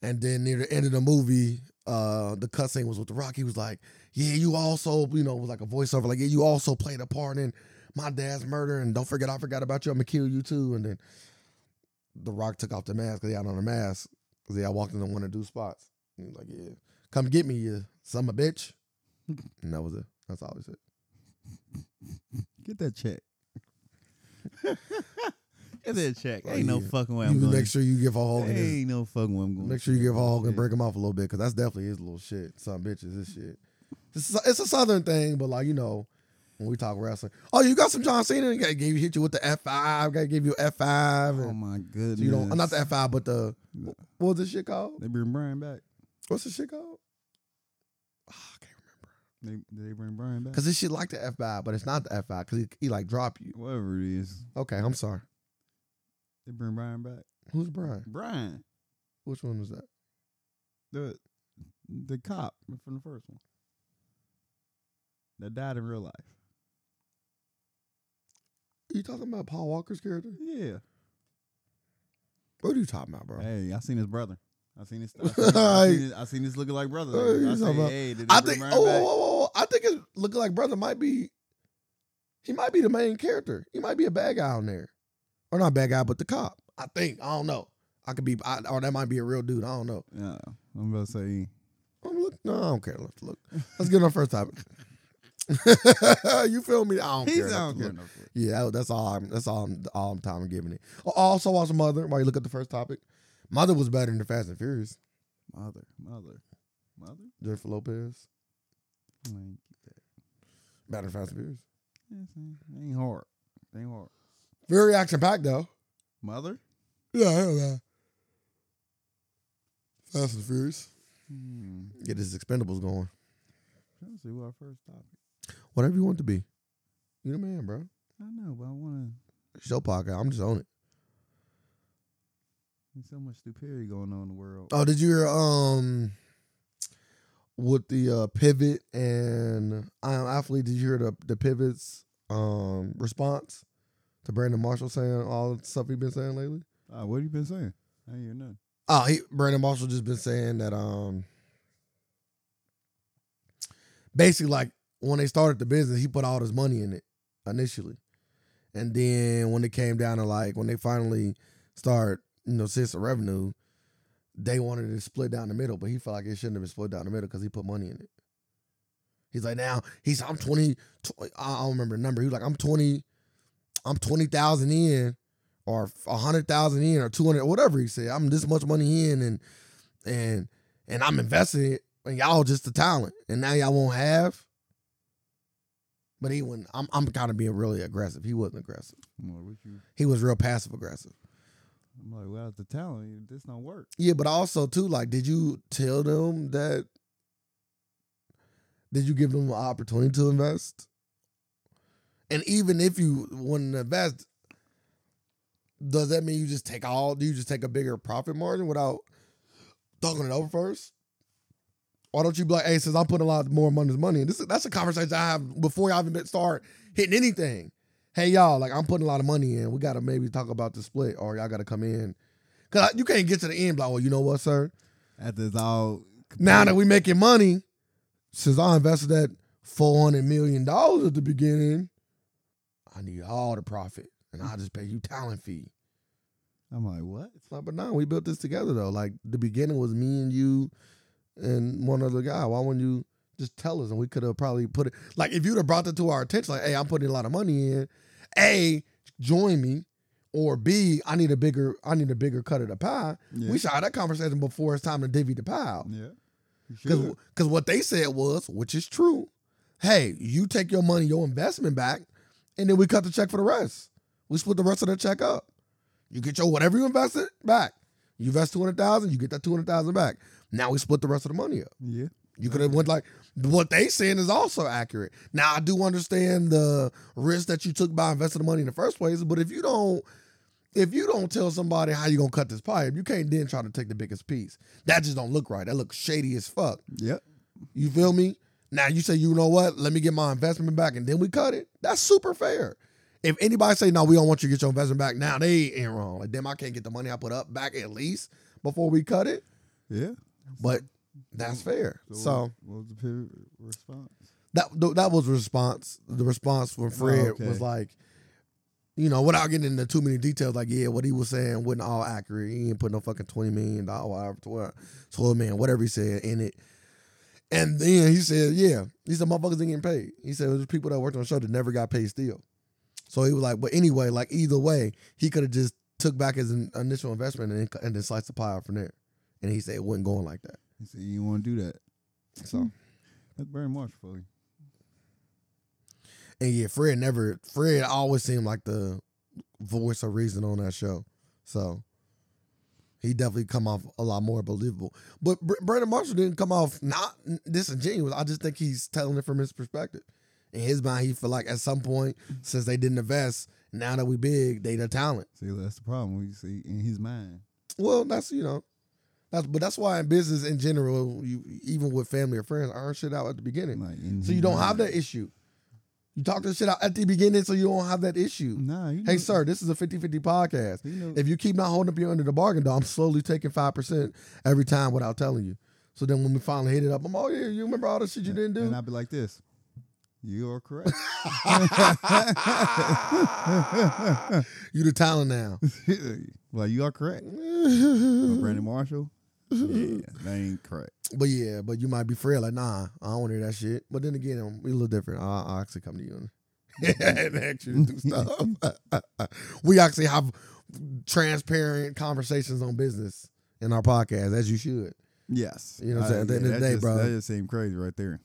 Speaker 2: And then near the end of the movie, uh, the cussing was with The Rock. He was like, "Yeah, you also, you know, it was like a voiceover, like, yeah, you also played a part in my dad's murder, and don't forget, I forgot about you. I'm gonna kill you too." And then The Rock took off the mask. They had on a mask because they had walked into one of two spots. He was like, "Yeah, come get me, you summer bitch." and that was it. That's all he said.
Speaker 1: Get that check. Get that check. Ain't no
Speaker 2: Yeah.
Speaker 1: fucking way
Speaker 2: you
Speaker 1: I'm going.
Speaker 2: make sure you give a Hogan. his-
Speaker 1: Ain't no fucking way I'm going.
Speaker 2: Make sure you give Hulk and break him off a little bit because that's definitely his little shit. Some bitches, this shit. It's a, it's a southern thing, but like you know, when we talk wrestling, oh, you got some John Cena. Got gave you hit you with the F five. Got to give you F five.
Speaker 1: Oh my goodness.
Speaker 2: you don't. Not the F five, but the what was this shit called?
Speaker 1: They bring Brian back.
Speaker 2: What's the shit called? Ah, I can't remember.
Speaker 1: They they bring Brian back.
Speaker 2: Cause this shit like the F five, but it's not the F five because he, he like drop you.
Speaker 1: Whatever it is,
Speaker 2: Okay, I'm sorry.
Speaker 1: they bring Brian back.
Speaker 2: Who's Brian?
Speaker 1: Brian,
Speaker 2: Which one was that?
Speaker 1: the the cop from the first one that died in real life.
Speaker 2: you talking about Paul Walker's character?
Speaker 1: Yeah.
Speaker 2: What are you talking about, bro?
Speaker 1: Hey, I seen his brother. I seen his. I seen, I seen his, I seen his looking like brother.
Speaker 2: Hey,
Speaker 1: I
Speaker 2: you
Speaker 1: say,
Speaker 2: talking about-
Speaker 1: hey, did they
Speaker 2: I
Speaker 1: bring
Speaker 2: think.
Speaker 1: Brian
Speaker 2: Oh,
Speaker 1: back?
Speaker 2: oh, oh, oh, I think his look like brother might be. He might be the main character. He might be a bad guy on there, or not bad guy, but the cop. I think. I don't know. I could be, I, or that might be a real dude. I don't know.
Speaker 1: Yeah, I'm about to say
Speaker 2: I'm Oh, look, no, I don't care. Let's look. Let's get on first topic. you feel me? I don't care.
Speaker 1: he's
Speaker 2: Let's
Speaker 1: out
Speaker 2: look.
Speaker 1: there.
Speaker 2: Yeah, that- that's all. I'm, that's all. I'm, all I'm time I'm giving it. I Also, watch Mother. While you look at the first topic, Mother was better than Fast and Furious.
Speaker 1: Mother, mother, mother.
Speaker 2: Jennifer Lopez
Speaker 1: Like,
Speaker 2: better than Fast and Furious.
Speaker 1: yeah, see, it ain't hard. It Ain't hard.
Speaker 2: Very action packed though.
Speaker 1: Mother.
Speaker 2: Yeah, hell yeah. Fast and Furious.
Speaker 1: Hmm.
Speaker 2: Get his expendables going.
Speaker 1: Trying to see what our first topic.
Speaker 2: Whatever you want to be. You the man, bro.
Speaker 1: I know, but I want
Speaker 2: It's your podcast. I'm just on it.
Speaker 1: to. There's so much stupidity going on in the world.
Speaker 2: Oh, did you hear um with the uh pivot and I am athlete, did you hear the the pivot's um response to Brandon Marshall saying all the stuff he been saying lately?
Speaker 1: Ah, what have you been saying? I ain't hear nothing.
Speaker 2: Oh, he, Brandon Marshall just been saying that um basically like when they started the business, he put all his money in it initially. And then when it came down to like when they finally start, you know, seeing some revenue, they wanted it to split down the middle, but he felt like it shouldn't have been split down the middle because he put money in it. He's like, now he's I'm 20, tw- I I don't remember the number. He was like, I'm 20, I'm 20,000 in or a hundred thousand in or two hundred, whatever he said. I'm this much money in, and and and I'm investing it, and y'all just the talent, and now y'all won't have. But he wouldn't. I'm I'm kind of being really aggressive. He wasn't aggressive.
Speaker 1: I'm like, what you?
Speaker 2: He was real passive aggressive.
Speaker 1: I'm like, without the talent, this don't work.
Speaker 2: Yeah, but also too, like, did you tell them that? Did you give them an opportunity to invest? And even if you want to invest, does that mean you just take all? Do you just take a bigger profit margin without talking it over first? Why don't you be like, hey, since I'm putting a lot more money, money, and this is, that's a conversation I have before y'all even been- start hitting anything. Hey, y'all, like I'm putting a lot of money in. We gotta maybe talk about the split, or y'all gotta come in, cause I- you can't get to the end. Like, well, you know what, sir?
Speaker 1: After it's all
Speaker 2: Now that we making money, since I invested that four hundred million dollars at the beginning, I need all the profit, and I'll just pay you talent fee.
Speaker 1: I'm like, what?
Speaker 2: Like, but no, we built this together though. Like the beginning was me and you and one other guy. Why wouldn't you just tell us? And we could have probably put it like if you'd have brought it to our attention, like, hey, I'm putting a lot of money in. A, join me, or B, I need a bigger, I need a bigger cut of the pie.
Speaker 1: Yeah.
Speaker 2: We should have that conversation before it's time to divvy the pie out.
Speaker 1: yeah. You
Speaker 2: Because
Speaker 1: should.
Speaker 2: what they said was, which is true, hey, you take your money, your investment back, and then we cut the check for the rest. We split the rest of the check up. You get your whatever you invested back. You invest two hundred thousand, you get that two hundred thousand back. Now we split the rest of the money up.
Speaker 1: yeah.
Speaker 2: You could have went like what they saying is also accurate. Now I do understand the risk that you took by investing the money in the first place, but if you don't if you don't tell somebody how you gonna cut this pipe, you can't then try to take the biggest piece. That just don't look right. That looks shady as fuck.
Speaker 1: Yep.
Speaker 2: You feel me? Now you say, you know what? Let me get my investment back, and then we cut it. That's super fair. If anybody say, no, we don't want you to get your investment back, now they ain't wrong. Like, damn, I can't get the money I put up back at least before we cut it.
Speaker 1: Yeah.
Speaker 2: But that's fair.
Speaker 1: So,
Speaker 2: So
Speaker 1: what was the pivot response?
Speaker 2: that th- that was response. The response from Fred
Speaker 1: okay.
Speaker 2: was like, you know, without getting into too many details, like yeah, what he was saying wasn't all accurate. He ain't put no fucking twenty million dollar, twelve, twelve man, whatever he said in it. And then he said, yeah, he said motherfuckers ain't getting paid. He said there's people that worked on the show that never got paid still. So he was like, but anyway, like either way, he could have just took back his in- initial investment and then, and then sliced the pie out from there. And he said it wasn't going like that.
Speaker 1: He said, you want to do that.
Speaker 2: So.
Speaker 1: That's very much for you.
Speaker 2: And yeah, Fred never Fred always seemed like the voice of reason on that show. So he definitely come off a lot more believable. But Br- Brandon Marshall didn't come off not disingenuous. I just think he's telling it from his perspective. In his mind, he feel like at some point, since they didn't invest, now that we big, they the talent.
Speaker 1: See, that's the problem. We see in his mind.
Speaker 2: Well, that's you know, that's but that's why in business in general, you even with family or friends, iron shit out at the beginning,
Speaker 1: Like, in
Speaker 2: so
Speaker 1: his
Speaker 2: you don't have
Speaker 1: mind.
Speaker 2: that issue. You talk this shit out at the beginning, so you don't have that issue.
Speaker 1: Nah. He
Speaker 2: Hey,
Speaker 1: knew-
Speaker 2: sir, this is a 50 50 podcast.
Speaker 1: He knew,
Speaker 2: If you keep not holding up your end of the bargain, though, I'm slowly taking 5% every time without telling you. So then when we finally hit it up, I'm, oh, yeah, you remember all the shit you didn't do?
Speaker 1: And I'd be like this. You are correct.
Speaker 2: you the talent now.
Speaker 1: like, you are correct. But Brandon Marshall? Yeah, that ain't correct.
Speaker 2: but yeah, but you might be frail. Like, nah, I don't want to hear that shit. But then again, I'm- we a little different. I, I actually come to you and, and actually do stuff. we actually have transparent conversations on business in our podcast, as you should.
Speaker 1: Yes.
Speaker 2: You know what I'm saying? At the
Speaker 1: yeah,
Speaker 2: end of the
Speaker 1: that
Speaker 2: day,
Speaker 1: just,
Speaker 2: bro.
Speaker 1: That just seemed crazy right there.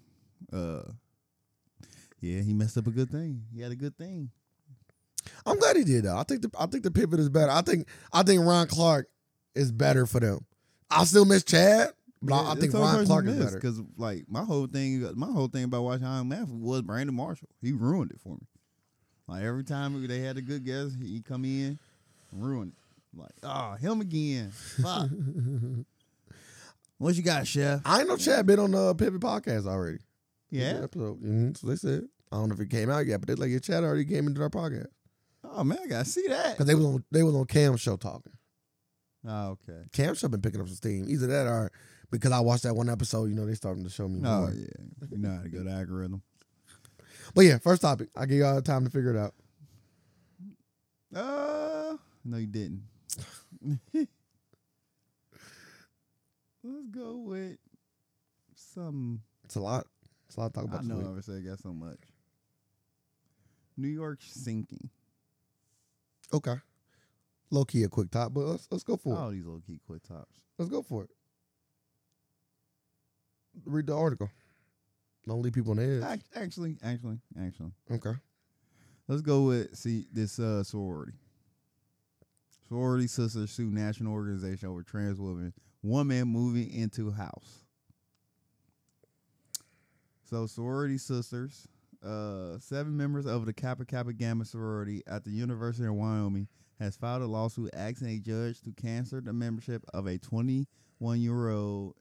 Speaker 1: Uh, yeah, he messed up a good thing. He had a good thing.
Speaker 2: I'm glad he did though. I think the I think the pivot is better. I think I think Ron Clark is better for them. I still miss Chad, but I, I think Ron Clark is better.
Speaker 1: Because like my whole thing, my whole thing about watching Iron Man was Brandon Marshall. He ruined it for me. Like every time they had a good guest, he come in, ruined it. Like oh him again. Fuck. what you got, chef?
Speaker 2: I know Chad been on the pivot podcast already. This
Speaker 1: Yeah.
Speaker 2: episode. hmm so they said I don't know if it came out yet, but they like your Chad already came into our podcast
Speaker 1: Oh man, I gotta see that.
Speaker 2: because they was on they was on Cam's show talking.
Speaker 1: Oh okay.
Speaker 2: Cam's show been picking up some steam. Either that or because I watched that one episode, you know they starting to show me
Speaker 1: Oh
Speaker 2: more.
Speaker 1: yeah. You know how to go to algorithm.
Speaker 2: But yeah, first topic. I give y'all time to figure it out.
Speaker 1: Uh, no, you didn't. Let's go with some.
Speaker 2: It's a lot. It's a lot to talk
Speaker 1: I
Speaker 2: about. this
Speaker 1: know
Speaker 2: week.
Speaker 1: I would say I got so much. New York sinking.
Speaker 2: Okay. Low key a quick top, but let's let's go for it.
Speaker 1: All these little key quit tops.
Speaker 2: Let's go for it. Read the article. Don't leave people on the edge.
Speaker 1: Ac- Actually, actually, actually.
Speaker 2: Okay.
Speaker 1: Let's go with see this uh, sorority. Sorority sisters sue national organization over trans women woman moving into house. So sorority sisters, uh, seven members of the Kappa Kappa Gamma sorority at the University of Wyoming has filed a lawsuit asking a judge to cancel the membership of a 21 year old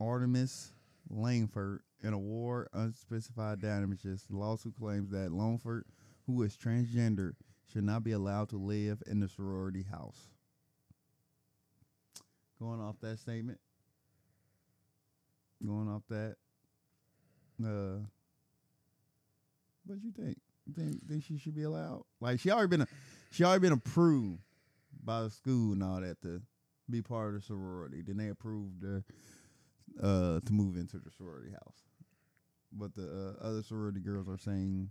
Speaker 1: Artemis Langford in a war unspecified damages lawsuit claims that Longford, who is transgender, should not be allowed to live in the sorority house. Going off that statement, going off that, uh, what you think? You Think, think she should be allowed? Like she already been, a, she already been approved by the school and all that to be part of the sorority. Then they approved her uh, to move into the sorority house. But the uh, other sorority girls are saying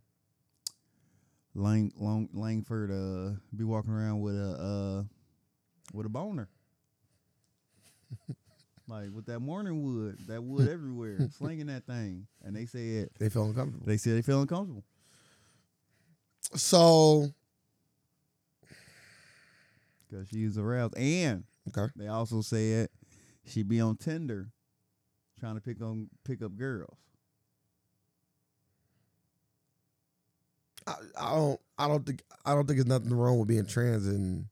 Speaker 1: Lang, Long, Langford uh, be walking around with a uh, with a boner, like with that morning wood, that wood everywhere, slinging that thing. And they said
Speaker 2: They feel uncomfortable.
Speaker 1: they said they feel uncomfortable.
Speaker 2: So
Speaker 1: Cause she's aroused, and
Speaker 2: okay,
Speaker 1: they also said she be on Tinder, trying to pick on pick up girls.
Speaker 2: I, I don't, I don't think, I don't think there's nothing wrong with being trans, and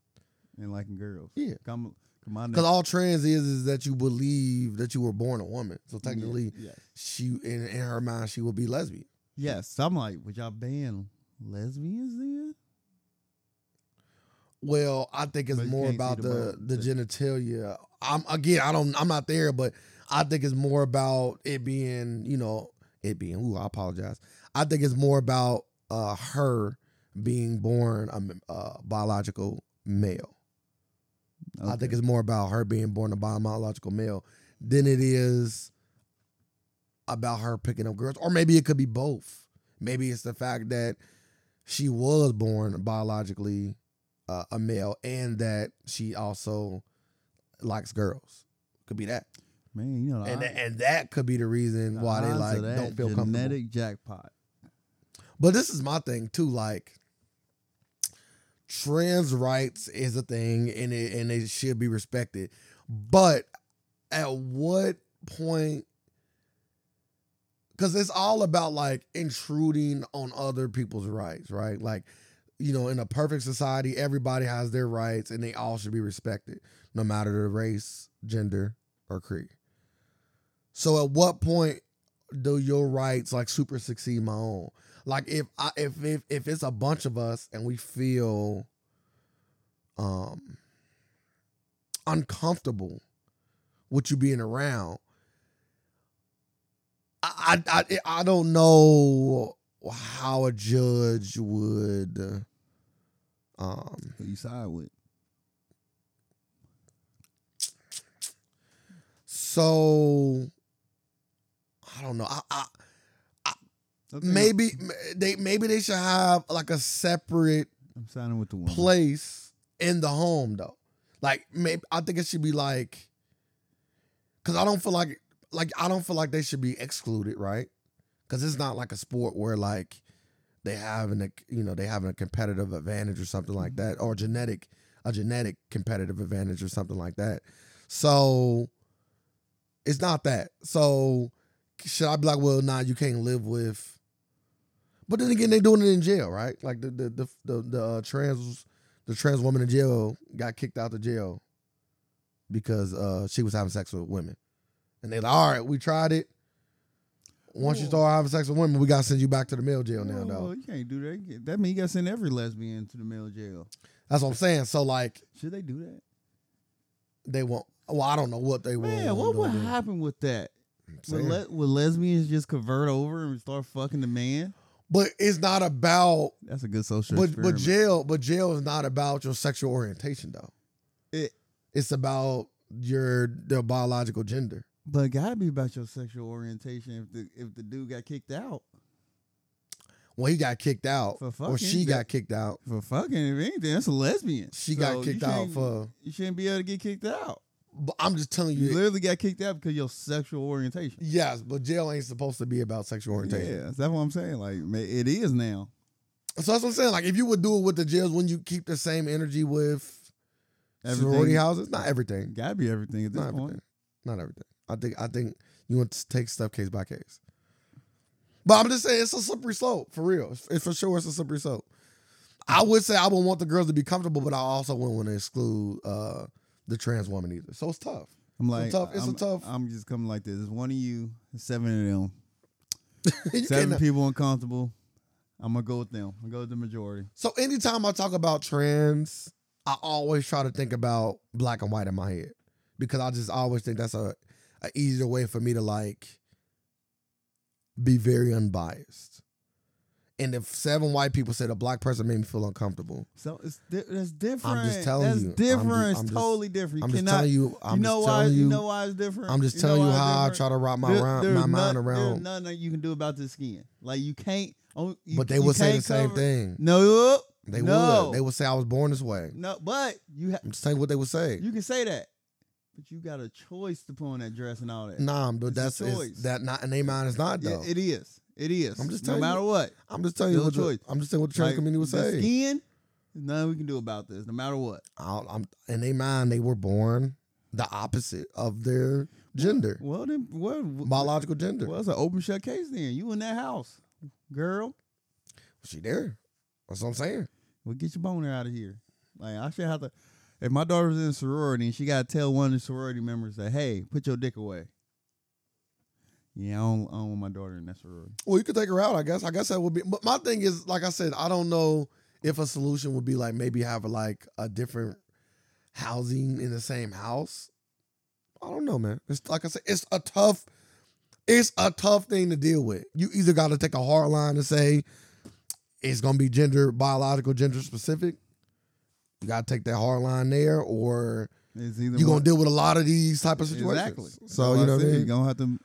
Speaker 1: and liking girls.
Speaker 2: Yeah.
Speaker 1: come come on.
Speaker 2: because all trans is is that you believe that you were born a woman. So technically,
Speaker 1: yes.
Speaker 2: she in, in her mind she will be lesbian.
Speaker 1: Yes, so I'm like, would y'all ban lesbians then?
Speaker 2: Well, I think it's
Speaker 1: But you
Speaker 2: more
Speaker 1: can't see
Speaker 2: about
Speaker 1: the
Speaker 2: the
Speaker 1: bone.
Speaker 2: the genitalia. I'm again, I don't, I'm not there, but I think it's more about it being, you know, it being. Ooh, I apologize. I think it's more about uh her being born a m- uh, biological male. I think
Speaker 1: Okay.
Speaker 2: it's more about her being born a biological male than it is about her picking up girls. Or maybe it could be both. Maybe it's the fact that she was born biologically uh, a male and that she also likes girls. Could be that.
Speaker 1: man, you know, the
Speaker 2: And,
Speaker 1: odds-
Speaker 2: and that could be the reason
Speaker 1: the
Speaker 2: why they
Speaker 1: odds of
Speaker 2: like
Speaker 1: that
Speaker 2: don't feel comfortable.
Speaker 1: genetic jackpot.
Speaker 2: But this is my thing too. Like, trans rights is a thing, and it and it should be respected. But at what point? Because it's all about like intruding on other people's rights, right? Like, you know, in a perfect society, everybody has their rights, and they all should be respected, no matter their race, gender, or creed. So, at what point do your rights like super succeed my own? like if I if if if it's a bunch of us and we feel um uncomfortable with you being around, I I I, I don't know how a judge would um
Speaker 1: Who you side with?
Speaker 2: so I don't know I, I
Speaker 1: I think
Speaker 2: maybe they maybe they should have like a separate
Speaker 1: I'm signing with the woman.
Speaker 2: place in the home though. Like maybe I think it should be like cuz I don't feel like like I don't feel like they should be excluded, right? Cuz it's not like a sport where like they having a you know, they having a competitive advantage or something like that or genetic a genetic competitive advantage or something like that. So it's not that. So should I be like, well, nah, you can't live with. But then again, they doing it in jail, right? Like the the the the, the uh, trans the trans woman in jail got kicked out the jail because uh, she was having sex with women, and they like, all right, we tried it. Once you
Speaker 1: Whoa.
Speaker 2: start having sex with women, we gotta send you back to the male jail now,
Speaker 1: No,
Speaker 2: though.
Speaker 1: you can't do that. You can't- That means you gotta send every lesbian to the male jail.
Speaker 2: That's what I'm saying. So like,
Speaker 1: Should they do that?
Speaker 2: they won't. Well, I don't know what they want.
Speaker 1: Man, what would happen with that? Would, le- would lesbians just convert over and start fucking the man?
Speaker 2: But it's not about.
Speaker 1: That's a good social
Speaker 2: But
Speaker 1: experiment.
Speaker 2: but jail but jail is not about your sexual orientation though.
Speaker 1: It-
Speaker 2: it's about your the biological gender.
Speaker 1: but it gotta be about your sexual orientation. If the if the dude got kicked out
Speaker 2: Well, he got kicked out,
Speaker 1: For
Speaker 2: or
Speaker 1: fucking,
Speaker 2: she
Speaker 1: that-
Speaker 2: got kicked out.
Speaker 1: for fucking, if anything, that's a lesbian.
Speaker 2: She
Speaker 1: So
Speaker 2: got
Speaker 1: you
Speaker 2: kicked out
Speaker 1: shouldn't-
Speaker 2: for.
Speaker 1: you shouldn't be able to get kicked out.
Speaker 2: But I'm just telling
Speaker 1: You
Speaker 2: you.
Speaker 1: literally got kicked out because your sexual orientation.
Speaker 2: yes, but jail ain't supposed to be about sexual orientation.
Speaker 1: Yeah, that's what I'm saying. Like ma- it is now.
Speaker 2: So that's what I'm saying. Like if you would do it with the jails, wouldn't you keep the same energy with sorority
Speaker 1: Everything
Speaker 2: houses? Not everything.
Speaker 1: gotta be everything at this
Speaker 2: Not everything.
Speaker 1: point.
Speaker 2: Not everything. I think I think you want to take stuff case by case. But I'm just saying it's a slippery slope for real. It's- It's for sure it's a slippery slope. I would say I would want the girls to be comfortable, but I also wouldn't want to exclude uh, the trans woman either. So it's tough.
Speaker 1: I'm like,
Speaker 2: tough- it's a
Speaker 1: I'm,
Speaker 2: tough-
Speaker 1: I'm just coming like this. It's one of you, seven of them,
Speaker 2: You
Speaker 1: seven
Speaker 2: cannot-
Speaker 1: people uncomfortable. I'm gonna go with them. I go with the majority.
Speaker 2: so anytime I talk about trans, I always try to think about black and white in my head because I just always think that's a, a easier way for me to like be very unbiased. And if seven white people said a black person made me feel uncomfortable,
Speaker 1: So it's di- that's different.
Speaker 2: just telling
Speaker 1: that's
Speaker 2: you. I'm just-
Speaker 1: different.
Speaker 2: I'm
Speaker 1: it's
Speaker 2: just-
Speaker 1: totally different. You
Speaker 2: I'm just
Speaker 1: cannot.
Speaker 2: telling you, I'm
Speaker 1: know
Speaker 2: just
Speaker 1: why?
Speaker 2: telling
Speaker 1: You
Speaker 2: you,
Speaker 1: know why it's different.
Speaker 2: I'm just
Speaker 1: know
Speaker 2: telling you
Speaker 1: why it's
Speaker 2: how I
Speaker 1: different?
Speaker 2: try to wrap my,
Speaker 1: There-
Speaker 2: round,
Speaker 1: there's
Speaker 2: my mind
Speaker 1: no- There's
Speaker 2: around.
Speaker 1: nothing that you can do about this skin. Like you can't. oh, you-
Speaker 2: But they
Speaker 1: you
Speaker 2: would say the
Speaker 1: can't
Speaker 2: same
Speaker 1: cover-
Speaker 2: thing.
Speaker 1: No,
Speaker 2: They
Speaker 1: no,
Speaker 2: would. They would say I was born this way.
Speaker 1: no. But you ha-
Speaker 2: I'm just telling you what they would say.
Speaker 1: you can say that, but you got a choice to put on that dress and all that.
Speaker 2: nah,
Speaker 1: It's a
Speaker 2: but that's
Speaker 1: choice.
Speaker 2: it's, that not in their mind is not
Speaker 1: Yeah,
Speaker 2: though.
Speaker 1: it is. It is.
Speaker 2: I'm just
Speaker 1: no
Speaker 2: telling
Speaker 1: matter
Speaker 2: you,
Speaker 1: what.
Speaker 2: I'm just telling you
Speaker 1: it's a
Speaker 2: what the,
Speaker 1: choice.
Speaker 2: I'm just telling you what the trans
Speaker 1: Like,
Speaker 2: community would
Speaker 1: the
Speaker 2: say.
Speaker 1: Skin. Nothing we can do about this. No matter what.
Speaker 2: I'll- I'm in their mind they were born the opposite of their gender,
Speaker 1: Well then, what?
Speaker 2: biological gender.
Speaker 1: Well, it's an open shut case then. You in that house, girl.
Speaker 2: She there. That's what I'm saying.
Speaker 1: Well, get your boner out of here. Like I should have to. If my daughter's in a sorority and she got to tell one of the sorority members that, hey, put your dick away. Yeah, I don't, I don't want my daughter in that sorority.
Speaker 2: Well, you could take her out. I guess. I guess that would be. But my thing is, like I said, I don't know if a solution would be like maybe have like a different housing in the same house. I don't know, man. It's like I said, it's a tough, it's a tough thing to deal with. You either got to take a hard line and say it's gonna be gender biological, gender specific. You got to take that hard line there, or
Speaker 1: It's either
Speaker 2: you're gonna
Speaker 1: one-
Speaker 2: deal with a lot of these type of situations.
Speaker 1: exactly.
Speaker 2: So
Speaker 1: That's
Speaker 2: you
Speaker 1: why
Speaker 2: know what I
Speaker 1: said,
Speaker 2: mean.
Speaker 1: You're gonna have to.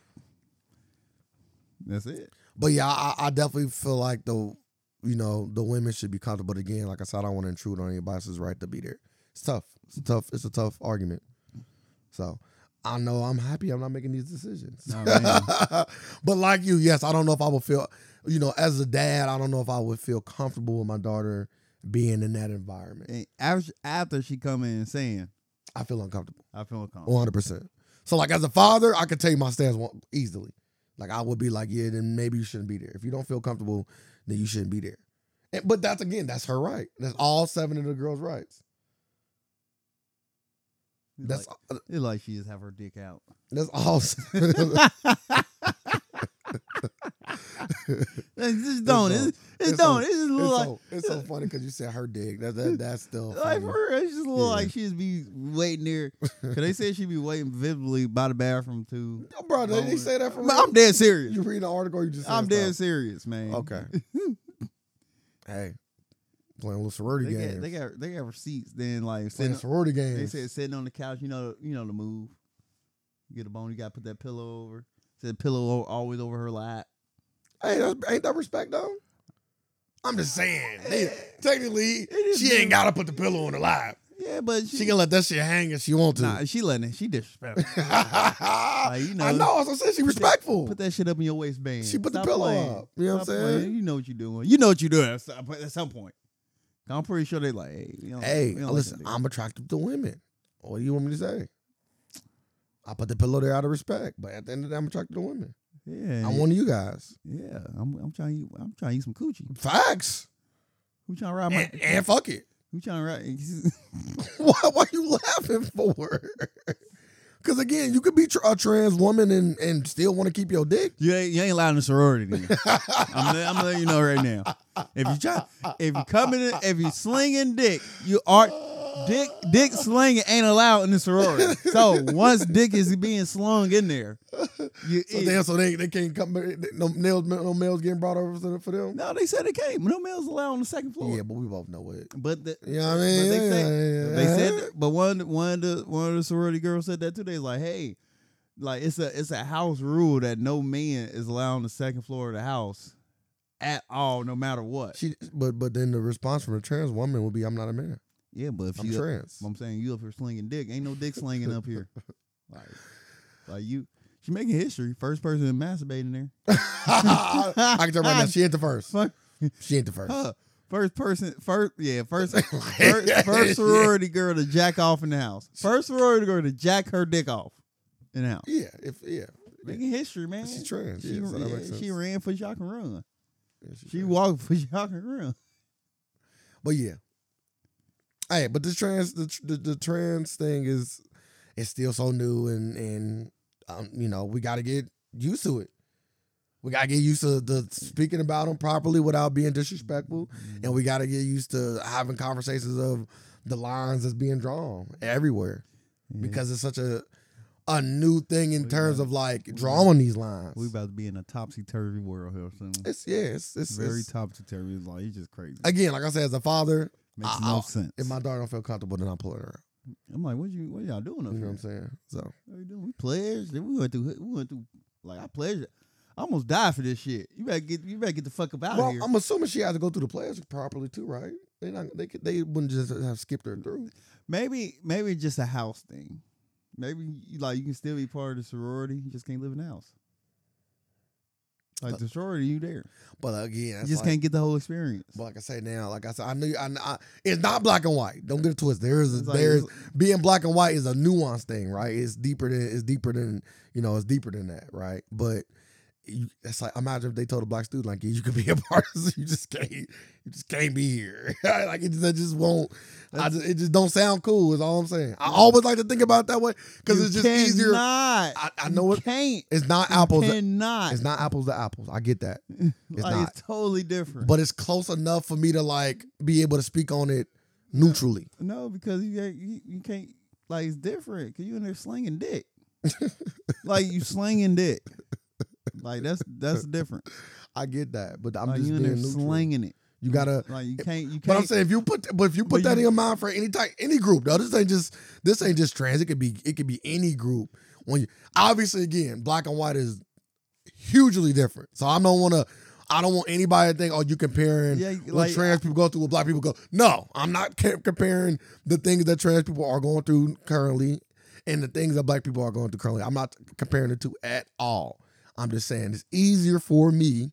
Speaker 1: That's it.
Speaker 2: But yeah, I, I definitely feel like the you know the women should be comfortable. But again, like I said, I don't want to intrude on anybody's right to be there. It's tough. It's a tough. It's a tough argument. So I know I'm happy. I'm not making these decisions.
Speaker 1: No, man.
Speaker 2: but like you, yes, I don't know if I would feel. You know, as a dad, I don't know if I would feel comfortable with my daughter being in that environment.
Speaker 1: And after, after she come in and saying,
Speaker 2: I feel uncomfortable,
Speaker 1: I feel comfortable.
Speaker 2: 100. percent So like as a father, I could tell you my stance one- easily. Like I would be like, yeah, then maybe you shouldn't be there. If you don't feel comfortable, then you shouldn't be there. And, but that's again, that's her right. That's all seven of the girls' rights.
Speaker 1: It's
Speaker 2: That's
Speaker 1: like, it's like she just have her dick out.
Speaker 2: that's all.
Speaker 1: It's just don't. It's,
Speaker 2: all-
Speaker 1: it's,
Speaker 2: it's all-
Speaker 1: don't. It's just a
Speaker 2: it's,
Speaker 1: little like
Speaker 2: so, it's so funny because you said her dick. That, that that's still
Speaker 1: Like
Speaker 2: funny.
Speaker 1: for real, it's just a little
Speaker 2: Yeah.
Speaker 1: like she just be waiting there. Cause they said she be waiting vividly by the bathroom too.
Speaker 2: No, bro, they, they say that for real.
Speaker 1: Man, I'm dead
Speaker 2: You
Speaker 1: serious.
Speaker 2: reading the article? You just said
Speaker 1: I'm
Speaker 2: it's
Speaker 1: dead
Speaker 2: all-
Speaker 1: serious, man.
Speaker 2: Okay. hey, playing a little
Speaker 1: They
Speaker 2: sorority
Speaker 1: got,
Speaker 2: games.
Speaker 1: they got they got receipts. Then like
Speaker 2: playing
Speaker 1: sitting,
Speaker 2: sorority games.
Speaker 1: they said sitting on the couch. You know you know the move. You get a bone. You got to put that pillow over. Said pillow o- always over her lap.
Speaker 2: Hey, that's, ain't that respect though? I'm just saying. They, technically,
Speaker 1: is
Speaker 2: she
Speaker 1: different.
Speaker 2: ain't gotta put the pillow on her lap.
Speaker 1: Yeah, but she,
Speaker 2: She can let that shit hang if she wants to.
Speaker 1: nah. She letting it. She disrespectful. you know.
Speaker 2: I know. That's what I'm saying. She respectful.
Speaker 1: Put that shit up in your waistband.
Speaker 2: She put the
Speaker 1: Stop
Speaker 2: pillow
Speaker 1: playing.
Speaker 2: up. You know what I'm
Speaker 1: Stop playing.
Speaker 2: saying?
Speaker 1: You know what you're doing. You know what you're doing at some at some point. I'm pretty sure they like, hey, we don't-
Speaker 2: Hey,
Speaker 1: we don't like
Speaker 2: listen,
Speaker 1: that nigga.
Speaker 2: I'm attracted to women. What do you want me to say? I put the pillow there out of respect, but at the end of the day, I'm attracted to women.
Speaker 1: yeah,
Speaker 2: I'm one of you guys.
Speaker 1: yeah. I'm, I'm trying, to eat- I'm trying to eat some coochie.
Speaker 2: Facts.
Speaker 1: Who trying to ride my?
Speaker 2: And, and fuck it.
Speaker 1: who trying to ride?
Speaker 2: Why why you laughing for? Because again, you could be tr- a trans woman and, and still want to keep your dick.
Speaker 1: you ain't, you ain't allowed in the sorority. Then. I'm, let- I'm letting you know right now. If you try, if you coming, in, if you slinging dick, you are dick dick slinging ain't allowed in the sorority. So once dick is being slung in there, you,
Speaker 2: So damn, so they, they can't come. No males, no males getting brought over for- for them.
Speaker 1: No, they said it came. No males allowed on the second floor.
Speaker 2: Yeah, but we both know it.
Speaker 1: But the,
Speaker 2: You know what I
Speaker 1: but
Speaker 2: mean?
Speaker 1: they say,
Speaker 2: Yeah,
Speaker 1: they
Speaker 2: yeah, yeah.
Speaker 1: said but one one of the one of the sorority girls said that too. They was like, hey, like it's a it's a house rule that no man is allowed on the second floor of the house at all, no matter what.
Speaker 2: She, but but then the response from a trans woman would be, "I'm not a man.
Speaker 1: Yeah, but if
Speaker 2: I'm
Speaker 1: you
Speaker 2: trans."
Speaker 1: I'm saying you up here slinging dick, ain't no dick slinging up here. Like, like you, she making history. First person to masturbate in there.
Speaker 2: I can tell right now, she ain't the first.
Speaker 1: Fuck.
Speaker 2: She ain't the first.
Speaker 1: Huh. First person, first yeah, first first, first sorority girl to jack off in the house. First sorority girl to jack her dick off in the house.
Speaker 2: Yeah, if yeah,
Speaker 1: Making history, man.
Speaker 2: she trans.
Speaker 1: She,
Speaker 2: yeah, so that
Speaker 1: yeah,
Speaker 2: makes sense.
Speaker 1: she ran for y'all can run.
Speaker 2: Yeah, she
Speaker 1: She
Speaker 2: trans.
Speaker 1: walked for y'all can run.
Speaker 2: But yeah. Hey, but this trans the, tr- the the trans thing is it's still so new and and um, you know we got to get used to it. We got to get used to the speaking about them properly without being disrespectful,
Speaker 1: Mm-hmm.
Speaker 2: and we got to get used to having conversations of the lines that's being drawn everywhere
Speaker 1: Yeah,
Speaker 2: because it's such a a new thing in
Speaker 1: We
Speaker 2: terms
Speaker 1: about-
Speaker 2: of like
Speaker 1: we about-
Speaker 2: drawing these lines.
Speaker 1: we about to be in a topsy turvy world here soon.
Speaker 2: it's yeah, it's it's,
Speaker 1: Very
Speaker 2: it's-
Speaker 1: topsy turvy. Like it's just crazy.
Speaker 2: again like I said as a father,
Speaker 1: Makes
Speaker 2: I-
Speaker 1: no
Speaker 2: I-
Speaker 1: sense.
Speaker 2: if my daughter don't feel comfortable, then I pull her.
Speaker 1: I'm like, what you what y'all doing
Speaker 2: Out,
Speaker 1: up
Speaker 2: you
Speaker 1: here?
Speaker 2: know what I'm saying? So
Speaker 1: What you doing? We pledged. Then we went through. We went through. Like I pledged. I almost died for this shit. You better get. You better get the fuck up out
Speaker 2: well, um,
Speaker 1: of here.
Speaker 2: I'm assuming she has to go through the players properly too, right? They not they could, they wouldn't just have skipped her through.
Speaker 1: maybe maybe it's just a house thing. Maybe you- like you can still be part of the sorority. You just can't live in the house. Like the sorority, you there.
Speaker 2: But again,
Speaker 1: You
Speaker 2: that's
Speaker 1: just
Speaker 2: like,
Speaker 1: can't get the whole experience.
Speaker 2: But like I say now, like I said, I knew I, I it's not black and white. Don't get it twisted. There is
Speaker 1: It's like-
Speaker 2: there's
Speaker 1: it's-
Speaker 2: being black and white is a nuanced thing, right? It's deeper than it's deeper than you know it's deeper than that, right? But you, it's like imagine if they told a black student like you could be a part of this, you just can't you just can't be here. like it just, it just won't. I just, it just don't sound cool. Is all I'm saying. I always like to think about it that way because
Speaker 1: you
Speaker 2: it's just easier.
Speaker 1: cannot.
Speaker 2: I, I know
Speaker 1: You
Speaker 2: it,
Speaker 1: can't.
Speaker 2: it's not
Speaker 1: Apples
Speaker 2: apples. to-
Speaker 1: cannot.
Speaker 2: it's not apples to apples. I get that,
Speaker 1: Like,
Speaker 2: not.
Speaker 1: it's totally different.
Speaker 2: but it's close enough for me to like be able to speak on it neutrally.
Speaker 1: No, because you ain't- you, you can't like it's different because you in there slinging dick, like you slinging dick, like that's that's different.
Speaker 2: I get that, but I'm
Speaker 1: like
Speaker 2: just
Speaker 1: you
Speaker 2: being
Speaker 1: in there
Speaker 2: neutral.
Speaker 1: slinging it,
Speaker 2: You gotta.
Speaker 1: like you can't you can't.
Speaker 2: But I'm saying if you put, but if you
Speaker 1: But
Speaker 2: put that in
Speaker 1: you-
Speaker 2: your mind for any type, any group, though, this ain't just this ain't just trans. It could be it could be any group. When you obviously again, black and white is hugely different. So I don't want to. I don't want anybody to think, oh, you comparing
Speaker 1: Yeah,
Speaker 2: what
Speaker 1: like-
Speaker 2: trans people go through, what black people go. No, I'm not ca- comparing the things that trans people are going through currently and the things that black people are going through currently. I'm not comparing the two at all. I'm just saying it's easier for me,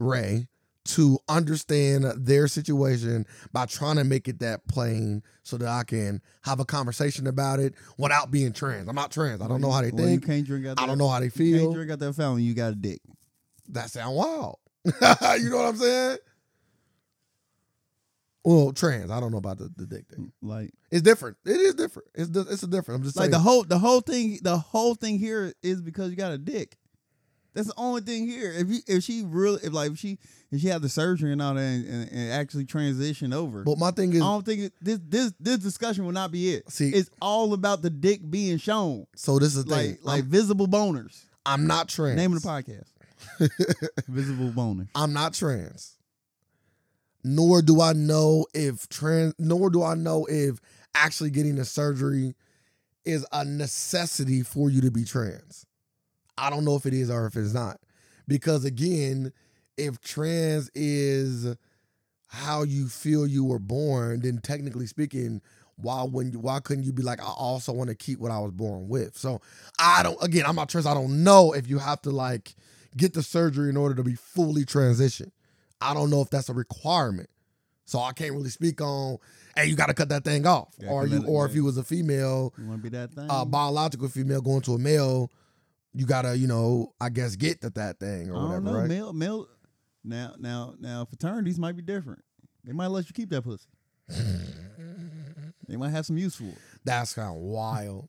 Speaker 2: Ray, to understand their situation by trying to make it that plain so that I can have a conversation about it without being trans. I'm not trans. I don't know how they
Speaker 1: Well, you
Speaker 2: think.
Speaker 1: can't drink out.
Speaker 2: I don't
Speaker 1: that-
Speaker 2: know how they
Speaker 1: You can't
Speaker 2: feel.
Speaker 1: drink out that fountain. You got a dick.
Speaker 2: That sound wild. you know what I'm saying? Well, trans. I don't know about the, the dick thing.
Speaker 1: Like
Speaker 2: It's different. It is different. It's di- it's a different. I'm just
Speaker 1: like
Speaker 2: saying.
Speaker 1: the whole the whole thing the whole thing here is because you got a dick. That's the only thing here. If you if she really if like if she if she had the surgery and all that and, and, and actually transition over.
Speaker 2: but my thing
Speaker 1: I
Speaker 2: is,
Speaker 1: don't think it, this this this discussion will not be it.
Speaker 2: See-
Speaker 1: it's all about the dick being shown,
Speaker 2: so this is the thing.
Speaker 1: like like
Speaker 2: I'm,
Speaker 1: visible boners.
Speaker 2: I'm not trans.
Speaker 1: Name of the podcast: Visible Boners.
Speaker 2: I'm not trans. Nor do I know if trans nor do I know if actually getting the surgery is a necessity for you to be trans. I don't know if it is or if it's not. Because again, if trans is how you feel you were born, then technically speaking, why wouldn't you, why couldn't you be like, I also want to keep what I was born with? So I don't again, I'm not trans. I don't know if you have to like get the surgery in order to be fully transitioned. I don't know if that's a requirement. So I can't really speak on, hey, you gotta cut that thing off.
Speaker 1: Yeah,
Speaker 2: or
Speaker 1: cut
Speaker 2: you
Speaker 1: that-
Speaker 2: or if
Speaker 1: yeah.
Speaker 2: you was a female,
Speaker 1: You want to be that thing?
Speaker 2: a Uh, biological female going to a male, you gotta, you know, I guess get that that thing or
Speaker 1: I
Speaker 2: whatever,
Speaker 1: don't know.
Speaker 2: right?
Speaker 1: Male male. Now now now fraternities might be different. They might let you keep that pussy. they might have some use for it.
Speaker 2: That sound wild.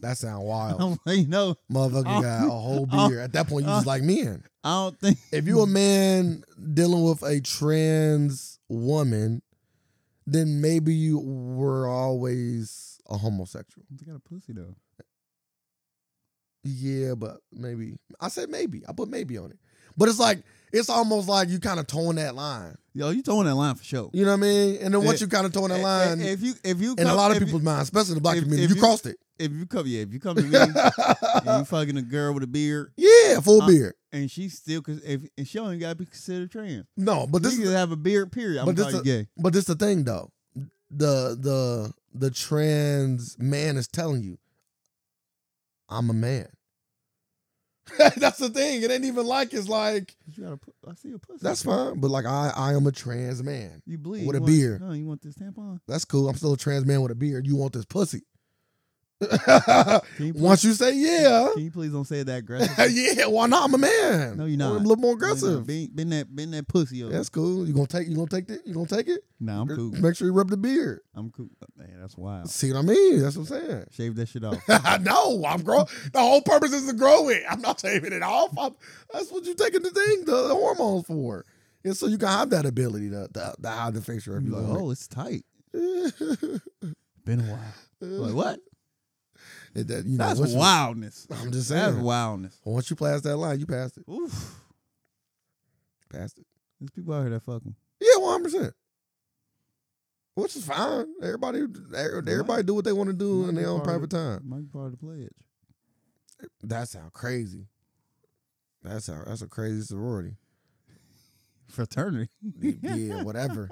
Speaker 2: That sound wild.
Speaker 1: I'm like, no, oh,
Speaker 2: Motherfucker got a whole beer. At that point, you just like men.
Speaker 1: I don't think.
Speaker 2: If you a man dealing with a trans woman, then maybe you were always a homosexual.
Speaker 1: They got a pussy though.
Speaker 2: Yeah, but maybe I said maybe. I put maybe on it. But it's like it's almost like you kind of towing that line.
Speaker 1: Yo, you throwing that line for sure.
Speaker 2: You know what I mean? And then once
Speaker 1: Eh,
Speaker 2: you kind of towing that
Speaker 1: Eh,
Speaker 2: line,
Speaker 1: eh, If you if you
Speaker 2: in a
Speaker 1: come-
Speaker 2: lot of
Speaker 1: if you-
Speaker 2: people's minds, especially the black
Speaker 1: if-
Speaker 2: community,
Speaker 1: if
Speaker 2: you,
Speaker 1: you-
Speaker 2: crossed it.
Speaker 1: if you come yeah if you come to me and you fucking a girl with a beard
Speaker 2: yeah, full
Speaker 1: Uh,
Speaker 2: beard.
Speaker 1: and she still cause if and she don't even gotta be considered trans.
Speaker 2: No, but this
Speaker 1: you
Speaker 2: is
Speaker 1: can have a beard period. I'm
Speaker 2: but
Speaker 1: gonna
Speaker 2: this
Speaker 1: call you
Speaker 2: a-
Speaker 1: gay.
Speaker 2: but this the thing though. The the the trans man is telling you, I'm a man. that's the thing. It ain't even like it's like
Speaker 1: But you gotta put, I see a pussy.
Speaker 2: that's fine, but like I I am a trans man.
Speaker 1: you bleed
Speaker 2: With
Speaker 1: you
Speaker 2: a
Speaker 1: want-
Speaker 2: beard.
Speaker 1: No, you want this tampon?
Speaker 2: That's cool. I'm still a trans man with a beard. You want this pussy?
Speaker 1: Can you please,
Speaker 2: Once you say yeah,
Speaker 1: can you please don't say it that aggressive?
Speaker 2: yeah, why not? I'm a man.
Speaker 1: No, you're not.
Speaker 2: I'm a little more
Speaker 1: Been,
Speaker 2: aggressive.
Speaker 1: been, been that been that pussy over.
Speaker 2: That's cool. You gonna take? You gonna take it? You gonna take it?
Speaker 1: Nah, I'm cool.
Speaker 2: Make sure you rub the beard.
Speaker 1: I'm cool. Uh, Man, that's wild.
Speaker 2: See what I mean? That's what I'm saying.
Speaker 1: Shave that shit off.
Speaker 2: no, I'm growing. The whole purpose is to grow it. I'm not taping it off. I'm, that's what you're taking the thing, the, the hormones for. And so you can have that ability to, to, to hide the face if
Speaker 1: You
Speaker 2: you
Speaker 1: like,
Speaker 2: want.
Speaker 1: oh, it's tight.
Speaker 2: it.
Speaker 1: Been a while. Like what?
Speaker 2: And that, you know,
Speaker 1: That's
Speaker 2: once you-
Speaker 1: wildness.
Speaker 2: I'm just
Speaker 1: That's
Speaker 2: saying.
Speaker 1: wildness.
Speaker 2: Once you pass that line, you passed it.
Speaker 1: Oof.
Speaker 2: Passed it.
Speaker 1: There's people out here that fucking.
Speaker 2: Yeah, one hundred percent. Which is fine. Everybody, everybody do what they want to do in their own private time.
Speaker 1: Might be part of the pledge.
Speaker 2: That sound crazy. That sound that's a crazy sorority.
Speaker 1: Fraternity.
Speaker 2: yeah, whatever.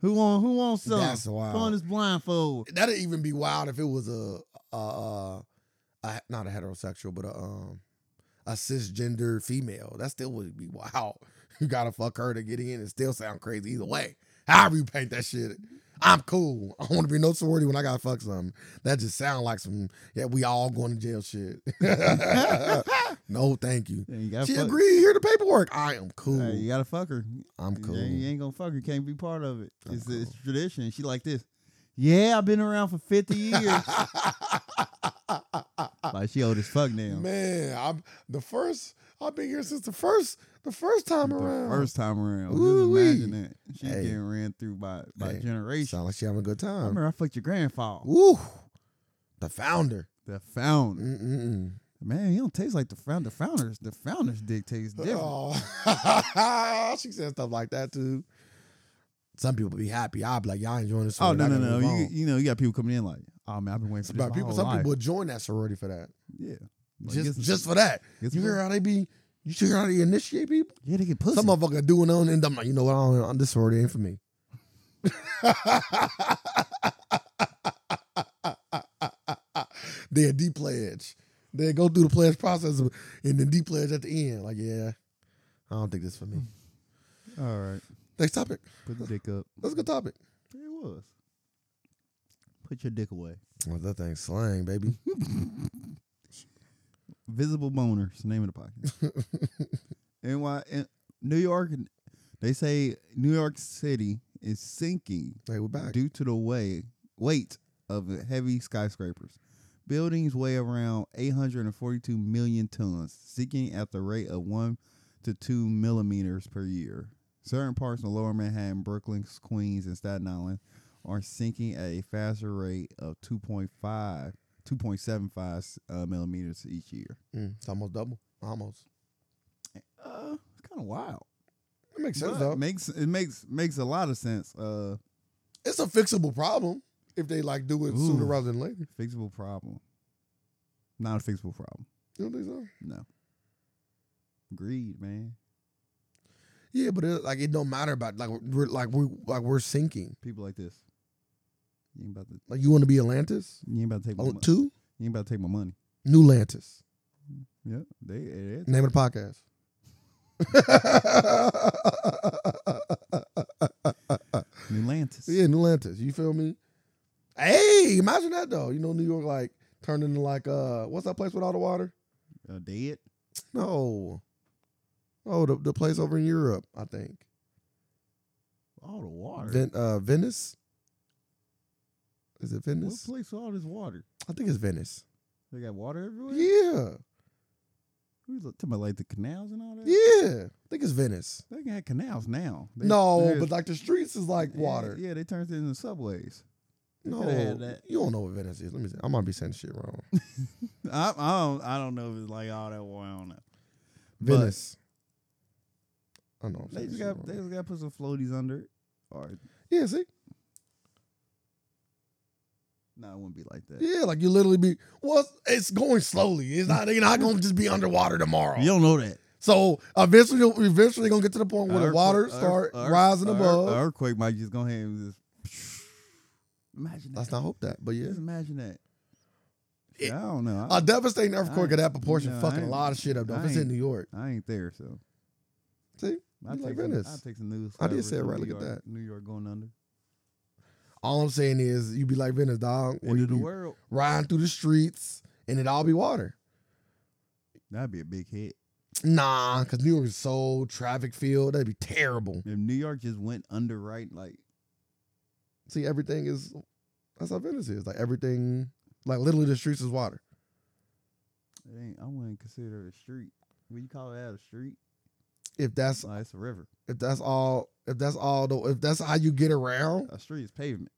Speaker 1: Who want? Who wants some?
Speaker 2: That's wild.
Speaker 1: Put on this blindfold.
Speaker 2: That'd even be wild if it was a, a, a, a not a heterosexual, but a um a cisgender female. That still would be wild. You gotta fuck her to get in. It still sound crazy either way. However you paint that shit, I'm cool. I want to be no sorority when I gotta fuck something. That just sound like some yeah. We all going to jail shit. no, thank you.
Speaker 1: Yeah, you gotta
Speaker 2: She
Speaker 1: fuck.
Speaker 2: agreed. Here the paperwork. I am cool.
Speaker 1: Hey, you gotta fuck her.
Speaker 2: I'm
Speaker 1: You
Speaker 2: cool.
Speaker 1: ain't- You ain't gonna fuck her. You can't be part of it.
Speaker 2: I'm
Speaker 1: It's,
Speaker 2: cool.
Speaker 1: it's tradition. She like this. Yeah, I've been around for fifty years. like she old as fuck now.
Speaker 2: Man, I'm the first. I've been here since the first, the first time
Speaker 1: The
Speaker 2: around.
Speaker 1: First time around.
Speaker 2: Ooh-wee.
Speaker 1: Just imagine that. She
Speaker 2: Hey.
Speaker 1: getting ran through by by
Speaker 2: Hey,
Speaker 1: generations.
Speaker 2: Sound like she having a good
Speaker 1: I
Speaker 2: time.
Speaker 1: remember I fucked your grandfather.
Speaker 2: Woo, Mm. the founder.
Speaker 1: The founder.
Speaker 2: Mm-mm-mm.
Speaker 1: Man, he don't taste like the founder. The founders. The founders dick tastes different.
Speaker 2: Oh, she said stuff like that too. Some people be happy. I'll be like, y'all enjoying this.
Speaker 1: Oh no
Speaker 2: sorority. I
Speaker 1: no
Speaker 2: gotta
Speaker 1: no!
Speaker 2: move
Speaker 1: You,
Speaker 2: on."
Speaker 1: you know you got people coming in like, oh man, I've been waiting for
Speaker 2: Some
Speaker 1: this my
Speaker 2: people,
Speaker 1: whole
Speaker 2: some
Speaker 1: life.
Speaker 2: people join that sorority for that.
Speaker 1: yeah, Like,
Speaker 2: just,
Speaker 1: get some-
Speaker 2: just for that.
Speaker 1: get
Speaker 2: You
Speaker 1: some-
Speaker 2: hear how they be? You hear how they initiate people?
Speaker 1: yeah, they get pussy.
Speaker 2: Some motherfucker doing on and I'm like, you know what? I don't, I'm- this already ain't for me. then de-pledge. Then go through the pledge process and then de-pledge at the end. Like, yeah, I don't think this for me.
Speaker 1: All right,
Speaker 2: Next topic.
Speaker 1: put the dick up.
Speaker 2: That's a good topic.
Speaker 1: It was. Put your dick away.
Speaker 2: Well, that thing's slang, baby.
Speaker 1: Visible boners. the name of the podcast. NY, in New York. They say New York City is sinking
Speaker 2: hey, we're back.
Speaker 1: due to the way weight of the heavy skyscrapers. Buildings weigh around 842 million tons, sinking at the rate of one to two millimeters per year. Certain parts of Lower Manhattan, Brooklyn, Queens, and Staten Island are sinking at a faster rate of 2.5, 2.75 uh, millimeters each year.
Speaker 2: Mm, it's almost double. Almost.
Speaker 1: Uh, it's kind of wild.
Speaker 2: It makes sense,
Speaker 1: But
Speaker 2: though.
Speaker 1: makes it makes makes a lot of sense. Uh,
Speaker 2: It's a fixable problem if they, like, do it sooner
Speaker 1: Ooh.
Speaker 2: rather than later.
Speaker 1: fixable problem. Not a fixable problem.
Speaker 2: You don't think so?
Speaker 1: No. Greed, man.
Speaker 2: Yeah, but it, like it don't matter about like we're like we like we're sinking.
Speaker 1: People like this. You ain't about to.
Speaker 2: Like you want to be Atlantis?
Speaker 1: You ain't about to take my.
Speaker 2: Oh,
Speaker 1: mon-
Speaker 2: two
Speaker 1: You ain't about to take my money.
Speaker 2: New Atlantis.
Speaker 1: Yeah, they. eh, they-
Speaker 2: Name of the podcast.
Speaker 1: it's New Atlantis.
Speaker 2: yeah, New Atlantis. You feel me? Hey, imagine that though. You know New York like turned into like uh what's that place with all the water?
Speaker 1: Uh, dead.
Speaker 2: No. Oh, the, the place over in Europe, I think.
Speaker 1: All the water.
Speaker 2: Ven- uh, Venice. Is it
Speaker 1: what
Speaker 2: Venice?
Speaker 1: place with all this water?
Speaker 2: I think it's Venice.
Speaker 1: They got water everywhere.
Speaker 2: Yeah.
Speaker 1: We look- talking about like the canals and all that.
Speaker 2: Yeah, I think it's Venice.
Speaker 1: They got canals now. They-
Speaker 2: no,
Speaker 1: there's-
Speaker 2: but like the streets is like
Speaker 1: yeah,
Speaker 2: water.
Speaker 1: Yeah, they turned it into subways. They
Speaker 2: No,
Speaker 1: coulda had that.
Speaker 2: you don't know what Venice is. Let me. See. I might be saying shit wrong.
Speaker 1: I, I don't. I don't know if it's like all that water. I don't know. But
Speaker 2: Venice. I know. I'm
Speaker 1: They
Speaker 2: saying
Speaker 1: just
Speaker 2: shit
Speaker 1: got. They
Speaker 2: wrong.
Speaker 1: just got to put some floaties under it. Or
Speaker 2: yeah, see,
Speaker 1: no, it wouldn't be like that.
Speaker 2: yeah, like you literally be. Well, it's going slowly. It's not. They're not going to just be underwater tomorrow.
Speaker 1: You don't know that.
Speaker 2: So eventually, you'll- eventually, gonna get to the point where the
Speaker 1: Earthquake-
Speaker 2: water
Speaker 1: earth-
Speaker 2: start
Speaker 1: earth-
Speaker 2: rising
Speaker 1: earth-
Speaker 2: above.
Speaker 1: earthquake might just go ahead and just imagine that.
Speaker 2: Let's not hope that, but yeah,
Speaker 1: Just imagine that.
Speaker 2: It-
Speaker 1: I don't know. I,
Speaker 2: a devastating earthquake
Speaker 1: I-
Speaker 2: of that proportion,
Speaker 1: no, I
Speaker 2: fucking a
Speaker 1: ain't-
Speaker 2: lot of shit up. Though
Speaker 1: I
Speaker 2: if it's in
Speaker 1: ain't-
Speaker 2: New York,
Speaker 1: I ain't there, so
Speaker 2: see.
Speaker 1: I
Speaker 2: You like
Speaker 1: take some, I
Speaker 2: Venice.
Speaker 1: take some news.
Speaker 2: I did
Speaker 1: coverage
Speaker 2: say it
Speaker 1: of
Speaker 2: right,
Speaker 1: New
Speaker 2: look at
Speaker 1: York-
Speaker 2: that.
Speaker 1: New York going under.
Speaker 2: All I'm saying is you be like Venice, dog, where
Speaker 1: End
Speaker 2: you
Speaker 1: of the
Speaker 2: be
Speaker 1: world.
Speaker 2: riding through the streets and it all be water.
Speaker 1: That'd be a big hit.
Speaker 2: Nah, because New York is so traffic filled. That'd be terrible.
Speaker 1: If New York just went under right, like
Speaker 2: See, everything is that's how Venice is. Like everything, like literally the streets is water.
Speaker 1: it ain't, I wouldn't consider it a street. Would you call that a street?
Speaker 2: If that's
Speaker 1: Nah, it's a river.
Speaker 2: if that's all if that's all the if that's how you get around.
Speaker 1: A street is pavement.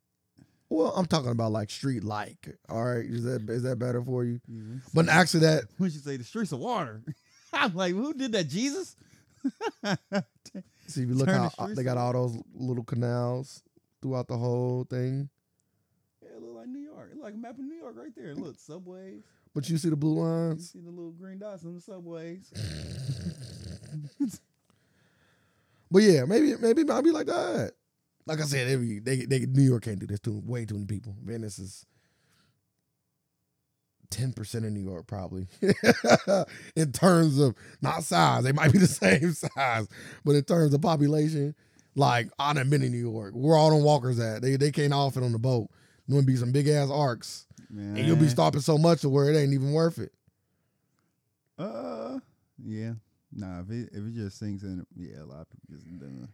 Speaker 2: Well, I'm talking about like street like. All right, is that is that better for you?
Speaker 1: You know?
Speaker 2: But actually, that
Speaker 1: when she say the streets of water, I'm like, who did that? Jesus.
Speaker 2: see if you look
Speaker 1: Turn
Speaker 2: how
Speaker 1: the streets
Speaker 2: they got
Speaker 1: on.
Speaker 2: all those little canals throughout the whole thing.
Speaker 1: Yeah, it look like New York. It look like a map of New York right there. Look, subways.
Speaker 2: But you see the blue
Speaker 1: You
Speaker 2: lines.
Speaker 1: see the little green dots on the subways.
Speaker 2: But yeah, maybe maybe it might be like that. Like I said, every they, they New York can't do this too way too many people. Venice is ten percent of New York probably in terms of not size. They might be the same size, but in terms of population, like I done been in New York. Where all them walkers at? They they can't all fit on the boat. There would be some big ass arcs,
Speaker 1: Man.
Speaker 2: and you'll be stopping so much to where it ain't even worth it.
Speaker 1: Uh, yeah. Nah, if it, if it just sinks in, yeah, a lot of people just done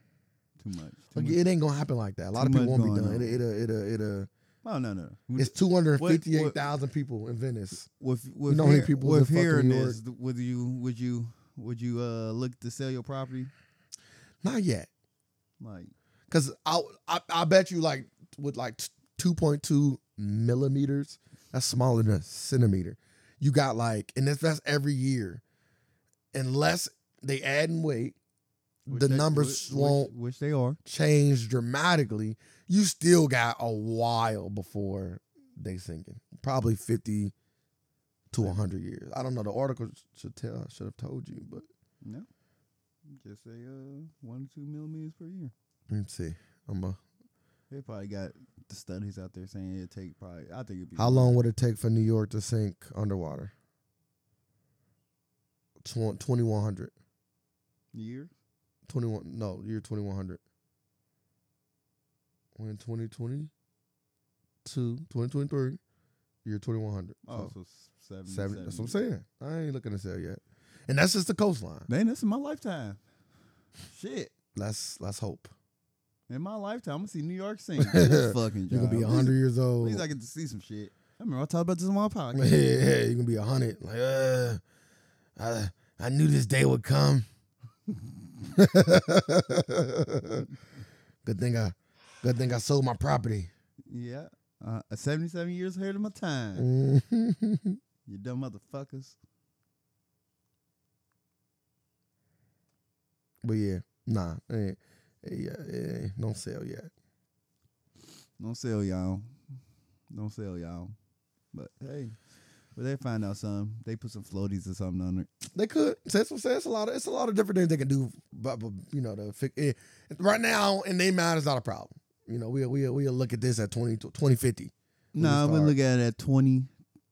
Speaker 1: too much. Too
Speaker 2: Like,
Speaker 1: much.
Speaker 2: it ain't gonna happen like that. A lot of
Speaker 1: Too
Speaker 2: people
Speaker 1: much
Speaker 2: won't be
Speaker 1: going
Speaker 2: done. It
Speaker 1: on.
Speaker 2: it it it it
Speaker 1: Oh no no.
Speaker 2: It's
Speaker 1: With
Speaker 2: two hundred fifty-eight thousand people in Venice.
Speaker 1: with with,
Speaker 2: know how many
Speaker 1: hear-
Speaker 2: people
Speaker 1: with
Speaker 2: live fucking
Speaker 1: hearing
Speaker 2: New York?
Speaker 1: this, would you would you would you uh look to sell your property?
Speaker 2: Not yet,
Speaker 1: Like
Speaker 2: because I, I I bet you like with like two point two millimeters. That's smaller than a centimeter. You got like, and that's, that's every year, unless they add in weight,
Speaker 1: which
Speaker 2: the
Speaker 1: they-
Speaker 2: numbers
Speaker 1: which- which-
Speaker 2: won't
Speaker 1: which they are.
Speaker 2: change dramatically. You still got a while before they sinking. Probably fifty to hundred years. I don't know. The article should tell should have told you, but.
Speaker 1: No. Just say uh one to two millimeters per year.
Speaker 2: Let me see. I'm a,
Speaker 1: They probably got the studies out there saying it take probably. I think it'd be
Speaker 2: how long would it take for New York to sink underwater? Twen- 2100.
Speaker 1: year.
Speaker 2: 21 no, year 2100. When 2022, 2023, year 2100.
Speaker 1: Oh,
Speaker 2: So,
Speaker 1: so, seven,
Speaker 2: seven, that's what I'm
Speaker 1: years.
Speaker 2: saying. I ain't looking to sell yet. And that's just the coastline.
Speaker 1: Man, this is my lifetime. Shit,
Speaker 2: Let's let's hope.
Speaker 1: in my lifetime, I'm gonna see New York sing. This fucking job.
Speaker 2: You're going to be
Speaker 1: At
Speaker 2: 100 years
Speaker 1: least- At
Speaker 2: old.
Speaker 1: least I get to see some shit. I remember I talked about this on my
Speaker 2: Yeah,
Speaker 1: podcast.
Speaker 2: yeah, you're gonna be a hundred. Like, uh, I, I knew this day would come. good thing I, good thing I sold my property.
Speaker 1: yeah, uh, 77 years ahead of my time.
Speaker 2: Mm. That's
Speaker 1: You dumb motherfuckers.
Speaker 2: but yeah, nah, eh, eh, yeah, eh, don't sell yet.
Speaker 1: Don't sell y'all. Don't sell y'all. But hey, but they find out some. They put some floaties or something on it.
Speaker 2: They could. So that's what I'm saying. It's a lot of it's a lot of different things they can do. But, but you know, the fi- eh, right now in their mind is not a problem. You know, we we we look at this at 20, 2050. We
Speaker 1: No, I'm gonna
Speaker 2: start-
Speaker 1: look at it at 20,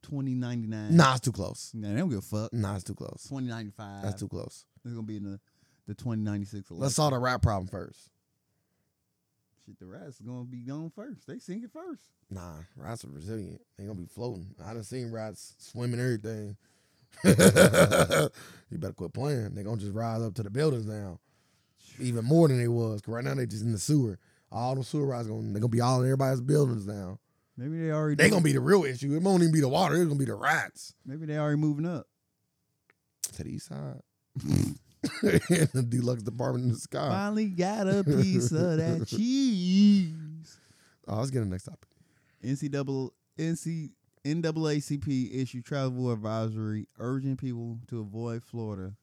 Speaker 1: 2099.
Speaker 2: Nah, it's too close.
Speaker 1: Nah, they don't give a fuck.
Speaker 2: Nah, it's too close.
Speaker 1: 2095.
Speaker 2: That's too close.
Speaker 1: It's gonna be in the, the 2096 election.
Speaker 2: Let's solve the rap problem first.
Speaker 1: Shit, the rats is gonna be gone first. They sink it first.
Speaker 2: Nah, rats are resilient. They gonna be floating. I done seen rats swim and everything. you better quit playing. They gonna just rise up to the buildings now, even more than they was. 'Cause right now they just in the sewer. All the sewer rides gonna they gonna be all in everybody's buildings now.
Speaker 1: Maybe they already.
Speaker 2: They gonna be the real issue. It won't even be the water. It's gonna be the rats
Speaker 1: Maybe they already moving up.
Speaker 2: to the east side. in the deluxe department in the sky.
Speaker 1: Finally got a piece of that cheese.
Speaker 2: Oh, let's get the next topic.
Speaker 1: NCAA, NC, NAACP issued travel advisory urging people to avoid Florida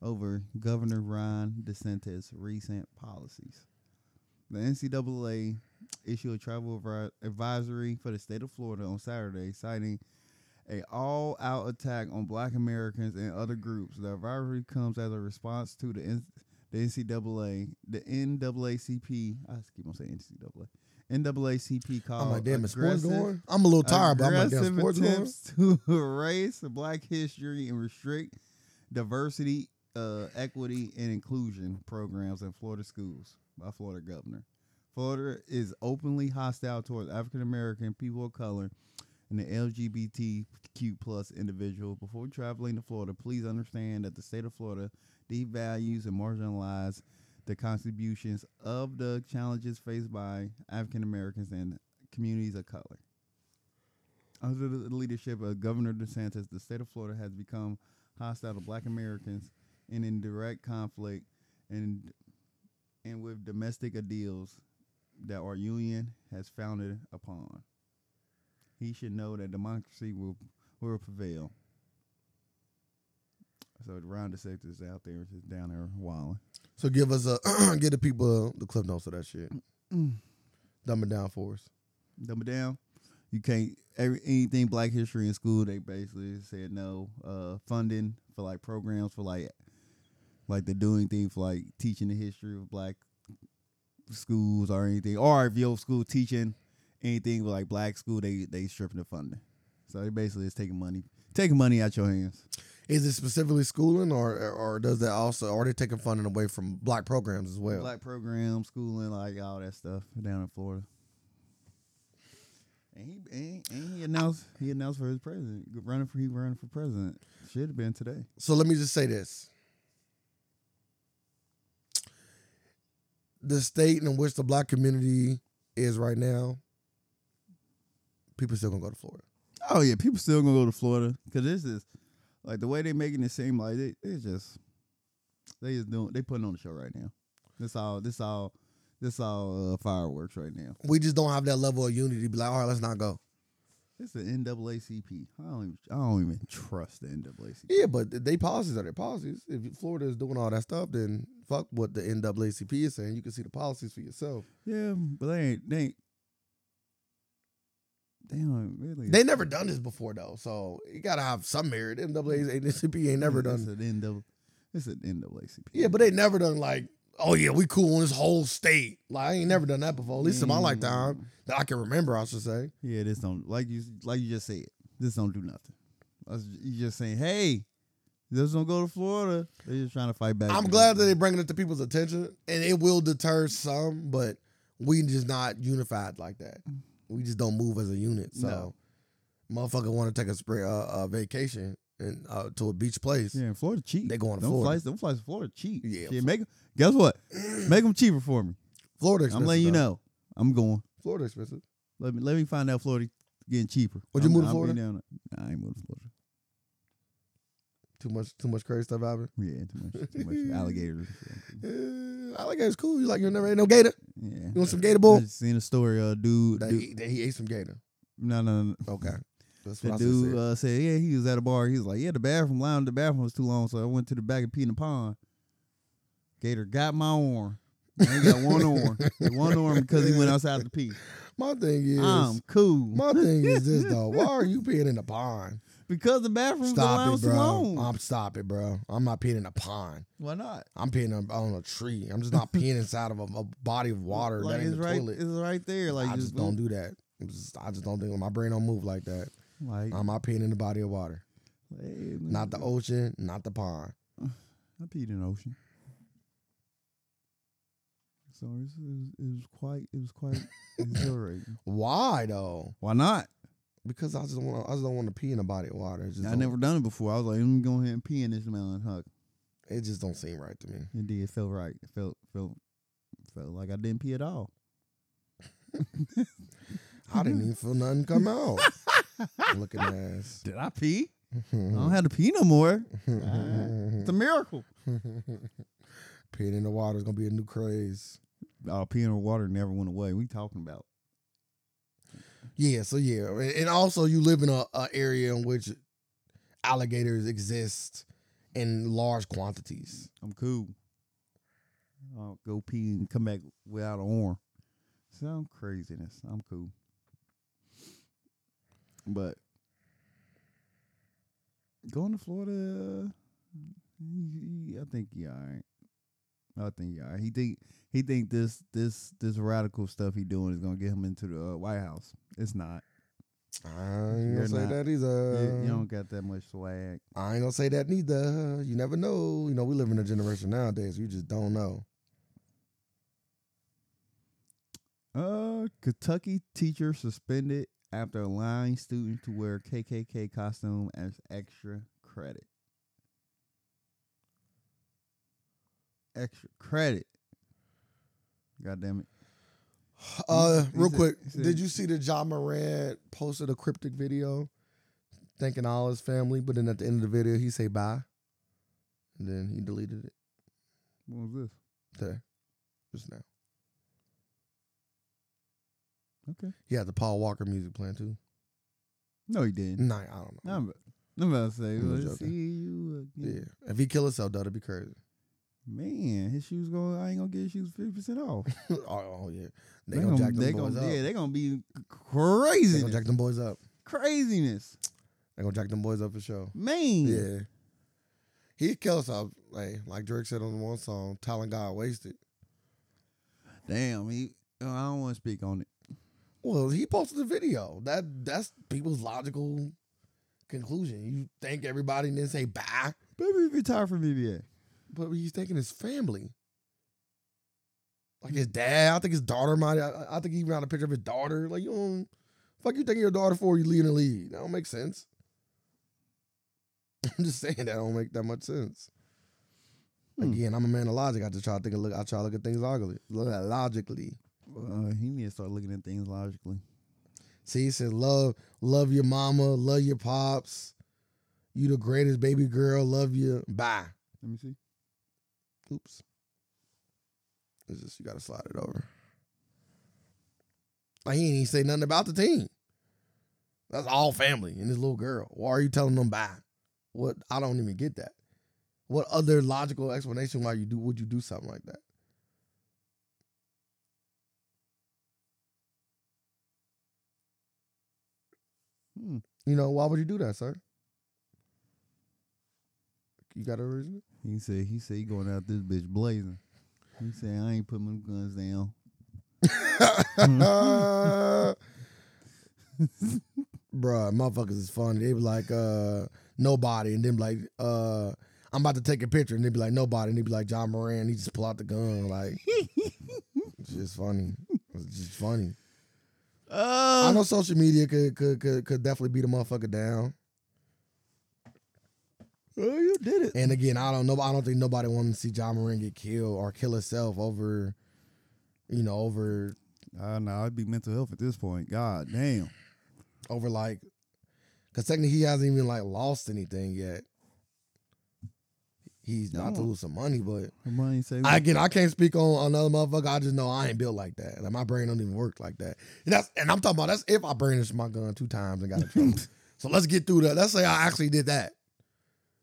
Speaker 1: over Governor Ron DeSantis' recent policies. The NCAA issued a travel advi- advisory for the state of Florida on Saturday, citing a all-out attack on Black Americans and other groups. The advisory comes as a response to the N- the NCAA, the NAACP. I just keep on saying NCAA. NAACP called
Speaker 2: I'm like, damn, is sports
Speaker 1: aggressive-
Speaker 2: going? I'm a little tired, but I'm like, damn,
Speaker 1: aggressive
Speaker 2: sports going?
Speaker 1: attempts to erase the Black history and restrict diversity, uh, equity, and inclusion programs in Florida schools by Florida governor. Florida is openly hostile towards African American people of color and the LGBTQ plus individual. Before traveling to Florida, please understand that the state of Florida devalues and marginalizes the contributions of the challenges faced by African Americans and communities of color. Under the leadership of Governor DeSantis, the state of Florida has become hostile to black Americans and in direct conflict and and with domestic ideals that our union has founded upon. He should know that democracy will will prevail. So Ron DeSantis is out there just down there wilding.
Speaker 2: So give us a give the people the clip notes of that shit. Dumb it down for us.
Speaker 1: Dumb it down. You can't every, anything Black History in school. They basically said no uh, funding for like programs for like like the doing thing for like teaching the history of Black schools or anything. Or if your school teaching anything with like Black school, they they stripping the funding. So they basically is taking money taking money out your hands.
Speaker 2: Is it specifically schooling, or or does that also are they taking funding away from black programs as well?
Speaker 1: Black program, schooling, like all that stuff down in Florida. And he and, and he announced he announced for his president running for he running for president. Should have been today.
Speaker 2: So let me just say this: the state in which the black community is right now, people still gonna go to Florida.
Speaker 1: Oh yeah, people still gonna go to Florida because this is like the way they making it seem like they they just they just doing they putting on the show right now. This all this all this all uh, fireworks right now.
Speaker 2: We just don't have that level of unity. Be like, all right, let's not go.
Speaker 1: It's the NAACP. I don't even I don't even trust the NAACP.
Speaker 2: Yeah, but th- they policies are their policies. If Florida is doing all that stuff, then fuck what the NAACP is saying. You can see the policies for yourself.
Speaker 1: Yeah, but they ain't they ain't they don't really
Speaker 2: They never done this before though, so you gotta have some merit. NAACP ain't never
Speaker 1: It's
Speaker 2: done.
Speaker 1: an NAA It's an NAACP.
Speaker 2: Yeah, but they never done like, oh yeah, we cool on this whole state. Like I ain't never done that before. At least in my
Speaker 1: Mm.
Speaker 2: lifetime that I can remember. I should say.
Speaker 1: Yeah, this don't like you like you just said. This don't do nothing. That's- You just saying, hey, this don't go to Florida. They're just trying to fight back.
Speaker 2: I'm glad that they're bringing it to people's attention, and it will deter some, but we just not unified like that. We just don't move as a unit. So, motherfucker want to take a spring, uh, uh, vacation and uh, to a beach place.
Speaker 1: yeah, and Florida cheap.
Speaker 2: They going to
Speaker 1: them
Speaker 2: Florida.
Speaker 1: Flights, them flights to Florida cheap.
Speaker 2: Yeah,
Speaker 1: Shit, make 'em- guess what? make them cheaper for me.
Speaker 2: Florida,
Speaker 1: I'm
Speaker 2: expensive,
Speaker 1: letting you
Speaker 2: though.
Speaker 1: know. I'm going.
Speaker 2: Florida expensive.
Speaker 1: Let me let me find out Florida getting cheaper.
Speaker 2: Would you
Speaker 1: I'm-
Speaker 2: move to
Speaker 1: I'll be
Speaker 2: Florida?
Speaker 1: down there. Nah, I ain't moving to Florida.
Speaker 2: Too much, too much crazy stuff happening.
Speaker 1: Yeah, too much, too much alligators.
Speaker 2: Uh, I like that. It's cool. You like you never ate no gator.
Speaker 1: Yeah,
Speaker 2: You want some gator boy?
Speaker 1: I just seen a story. Uh, dude,
Speaker 2: That
Speaker 1: dude
Speaker 2: he, that he ate some gator.
Speaker 1: no, no, no,
Speaker 2: Okay, that's what
Speaker 1: The
Speaker 2: I
Speaker 1: dude
Speaker 2: said.
Speaker 1: uh, said, yeah, he was at a bar. He was like, yeah, the bathroom line, the bathroom was too long, so I went to the back and peed in the pond. Gator got my arm. I ain't uh, got one arm. Got One arm because he went Um, outside to pee.
Speaker 2: my thing is,
Speaker 1: I'm cool.
Speaker 2: my thing is this though. Why are you peeing in the pond?
Speaker 1: because the bathroom line
Speaker 2: Stop it,
Speaker 1: was
Speaker 2: bro.
Speaker 1: too long.
Speaker 2: I'm stop it, bro. I'm not peeing in a pond.
Speaker 1: Why not?
Speaker 2: I'm peeing on, on a tree. I'm just not peeing inside of a, a body of water
Speaker 1: Like
Speaker 2: that ain't
Speaker 1: it's
Speaker 2: the
Speaker 1: right,
Speaker 2: toilet.
Speaker 1: it's right there. Like
Speaker 2: I
Speaker 1: you
Speaker 2: just don't do that. I'm just, I just don't think my brain don't move like that.
Speaker 1: Like,
Speaker 2: I'm not peeing in the body of water.
Speaker 1: hey,
Speaker 2: Not the ocean. Not the pond.
Speaker 1: I peed in the ocean. So it was, it was quite, it was quite exhilarating.
Speaker 2: Why though?
Speaker 1: Why not?
Speaker 2: Because I just don't want. I just don't want to pee in a body of water. It just,
Speaker 1: I
Speaker 2: don't-
Speaker 1: never done it before. I was like, let me go ahead and pee in this mountain, hug.
Speaker 2: it just don't seem right to me.
Speaker 1: Indeed, it felt right. It felt felt felt like I didn't pee at all. Mm-hmm.
Speaker 2: I didn't even feel nothing come out. Looking ass.
Speaker 1: Did I pee? I don't have to pee no more. It's a miracle.
Speaker 2: Peeing in the water is gonna be a new craze.
Speaker 1: Oh, peeing in water never went away. We talking about
Speaker 2: Yeah, so yeah, and and also you live in a, a area in which alligators exist in large quantities.
Speaker 1: I'm cool. I'll go pee and come back without an arm. Some craziness. I'm cool. But going to Florida, y- y- I think yeah, all right. I think yeah, all right. he think he think this this this radical stuff he doing is gonna get him into the uh, White House. It's not.
Speaker 2: I ain't
Speaker 1: You're
Speaker 2: gonna say
Speaker 1: not-
Speaker 2: that
Speaker 1: You-
Speaker 2: either.
Speaker 1: you, don't got that much swag.
Speaker 2: I ain't gonna say that neither. You never know. You know, we live in a generation nowadays. You just don't know.
Speaker 1: Uh, Kentucky teacher suspended after allowing student to wear KKK costume as extra credit. Extra credit. God damn it.
Speaker 2: Uh,
Speaker 1: He
Speaker 2: real
Speaker 1: said-
Speaker 2: quick,
Speaker 1: he said-
Speaker 2: did you see that John Moran posted a cryptic video thanking all his family, but then at the end of the video he say bye, and then he deleted it
Speaker 1: What was this?
Speaker 2: there just now.
Speaker 1: Okay.
Speaker 2: He had the Paul Walker music playing too.
Speaker 1: No, he didn't.
Speaker 2: Nah, I don't know.
Speaker 1: I'm, about- I'm about to say,
Speaker 2: I'm
Speaker 1: let's
Speaker 2: joking.
Speaker 1: see you again.
Speaker 2: yeah, if he kill himself, that'd be crazy.
Speaker 1: Man, his shoes going. I ain't gonna get his shoes fifty percent off.
Speaker 2: oh, oh, yeah, they, gonna, jack them
Speaker 1: they
Speaker 2: boys
Speaker 1: gonna,
Speaker 2: up.
Speaker 1: yeah,
Speaker 2: they,
Speaker 1: they gonna be
Speaker 2: gonna
Speaker 1: craziness,
Speaker 2: jack them boys up.
Speaker 1: craziness,
Speaker 2: They gonna jack them boys up for sure.
Speaker 1: man.
Speaker 2: Yeah. He kills off like like Drake said on one song, Talent God Wasted.
Speaker 1: Damn, he. oh, I don't want to speak on it.
Speaker 2: Well, he posted the video. That that's people's logical conclusion. You thank everybody and then say bye.
Speaker 1: Baby retired from NBA.
Speaker 2: But he's thanking his family. Like his dad, I think his daughter might I, I think he even had a picture of his daughter. Like you don't fuck you thanking your daughter for you leading the lead. That don't make sense. I'm just saying that don't make that much sense.
Speaker 1: Hmm.
Speaker 2: Again, I'm a man of logic. I just try to think of look I try to look at things logically. Logically.
Speaker 1: Uh, he need to start looking at things logically.
Speaker 2: See, he said, "Love, love your mama, love your pops. You the greatest baby girl. Love you. Bye."
Speaker 1: Let me see.
Speaker 2: Oops. It's just you gotta slide it over. Like he ain't even say nothing about the team. That's all family and this little girl. Why are you telling them bye? What I don't even get that. What other logical explanation why you do would you do something like that?
Speaker 1: Hmm.
Speaker 2: You know, why would you do that, sir? You got a reason?
Speaker 1: He said. He said he going out this bitch blazing. He said I ain't putting them guns down.
Speaker 2: Bruh, motherfuckers is funny. They be like, uh, nobody, and then be like, uh, I'm about to take a picture, and they be like, nobody, and they be like, John Moran, he just pull out the gun, like, it's just funny. It's just funny.
Speaker 1: Uh,
Speaker 2: I know social media could could could, could definitely beat a motherfucker down.
Speaker 1: oh, you did it.
Speaker 2: And again, I don't know. I don't think nobody wanted to see John Moran get killed or kill herself over, you know, over
Speaker 1: I know. I'd Ah, be mental health at this point. God damn.
Speaker 2: over like because technically he hasn't even like lost anything yet. He's not to
Speaker 1: No.
Speaker 2: lose some money, but
Speaker 1: Somebody say
Speaker 2: I, again, I can't speak on another motherfucker. I just know I ain't built like that. Like my brain don't even work like that. And that's and I'm talking about that's if I brandished my gun two times and got in trouble. so let's get through that. Let's say I actually did that.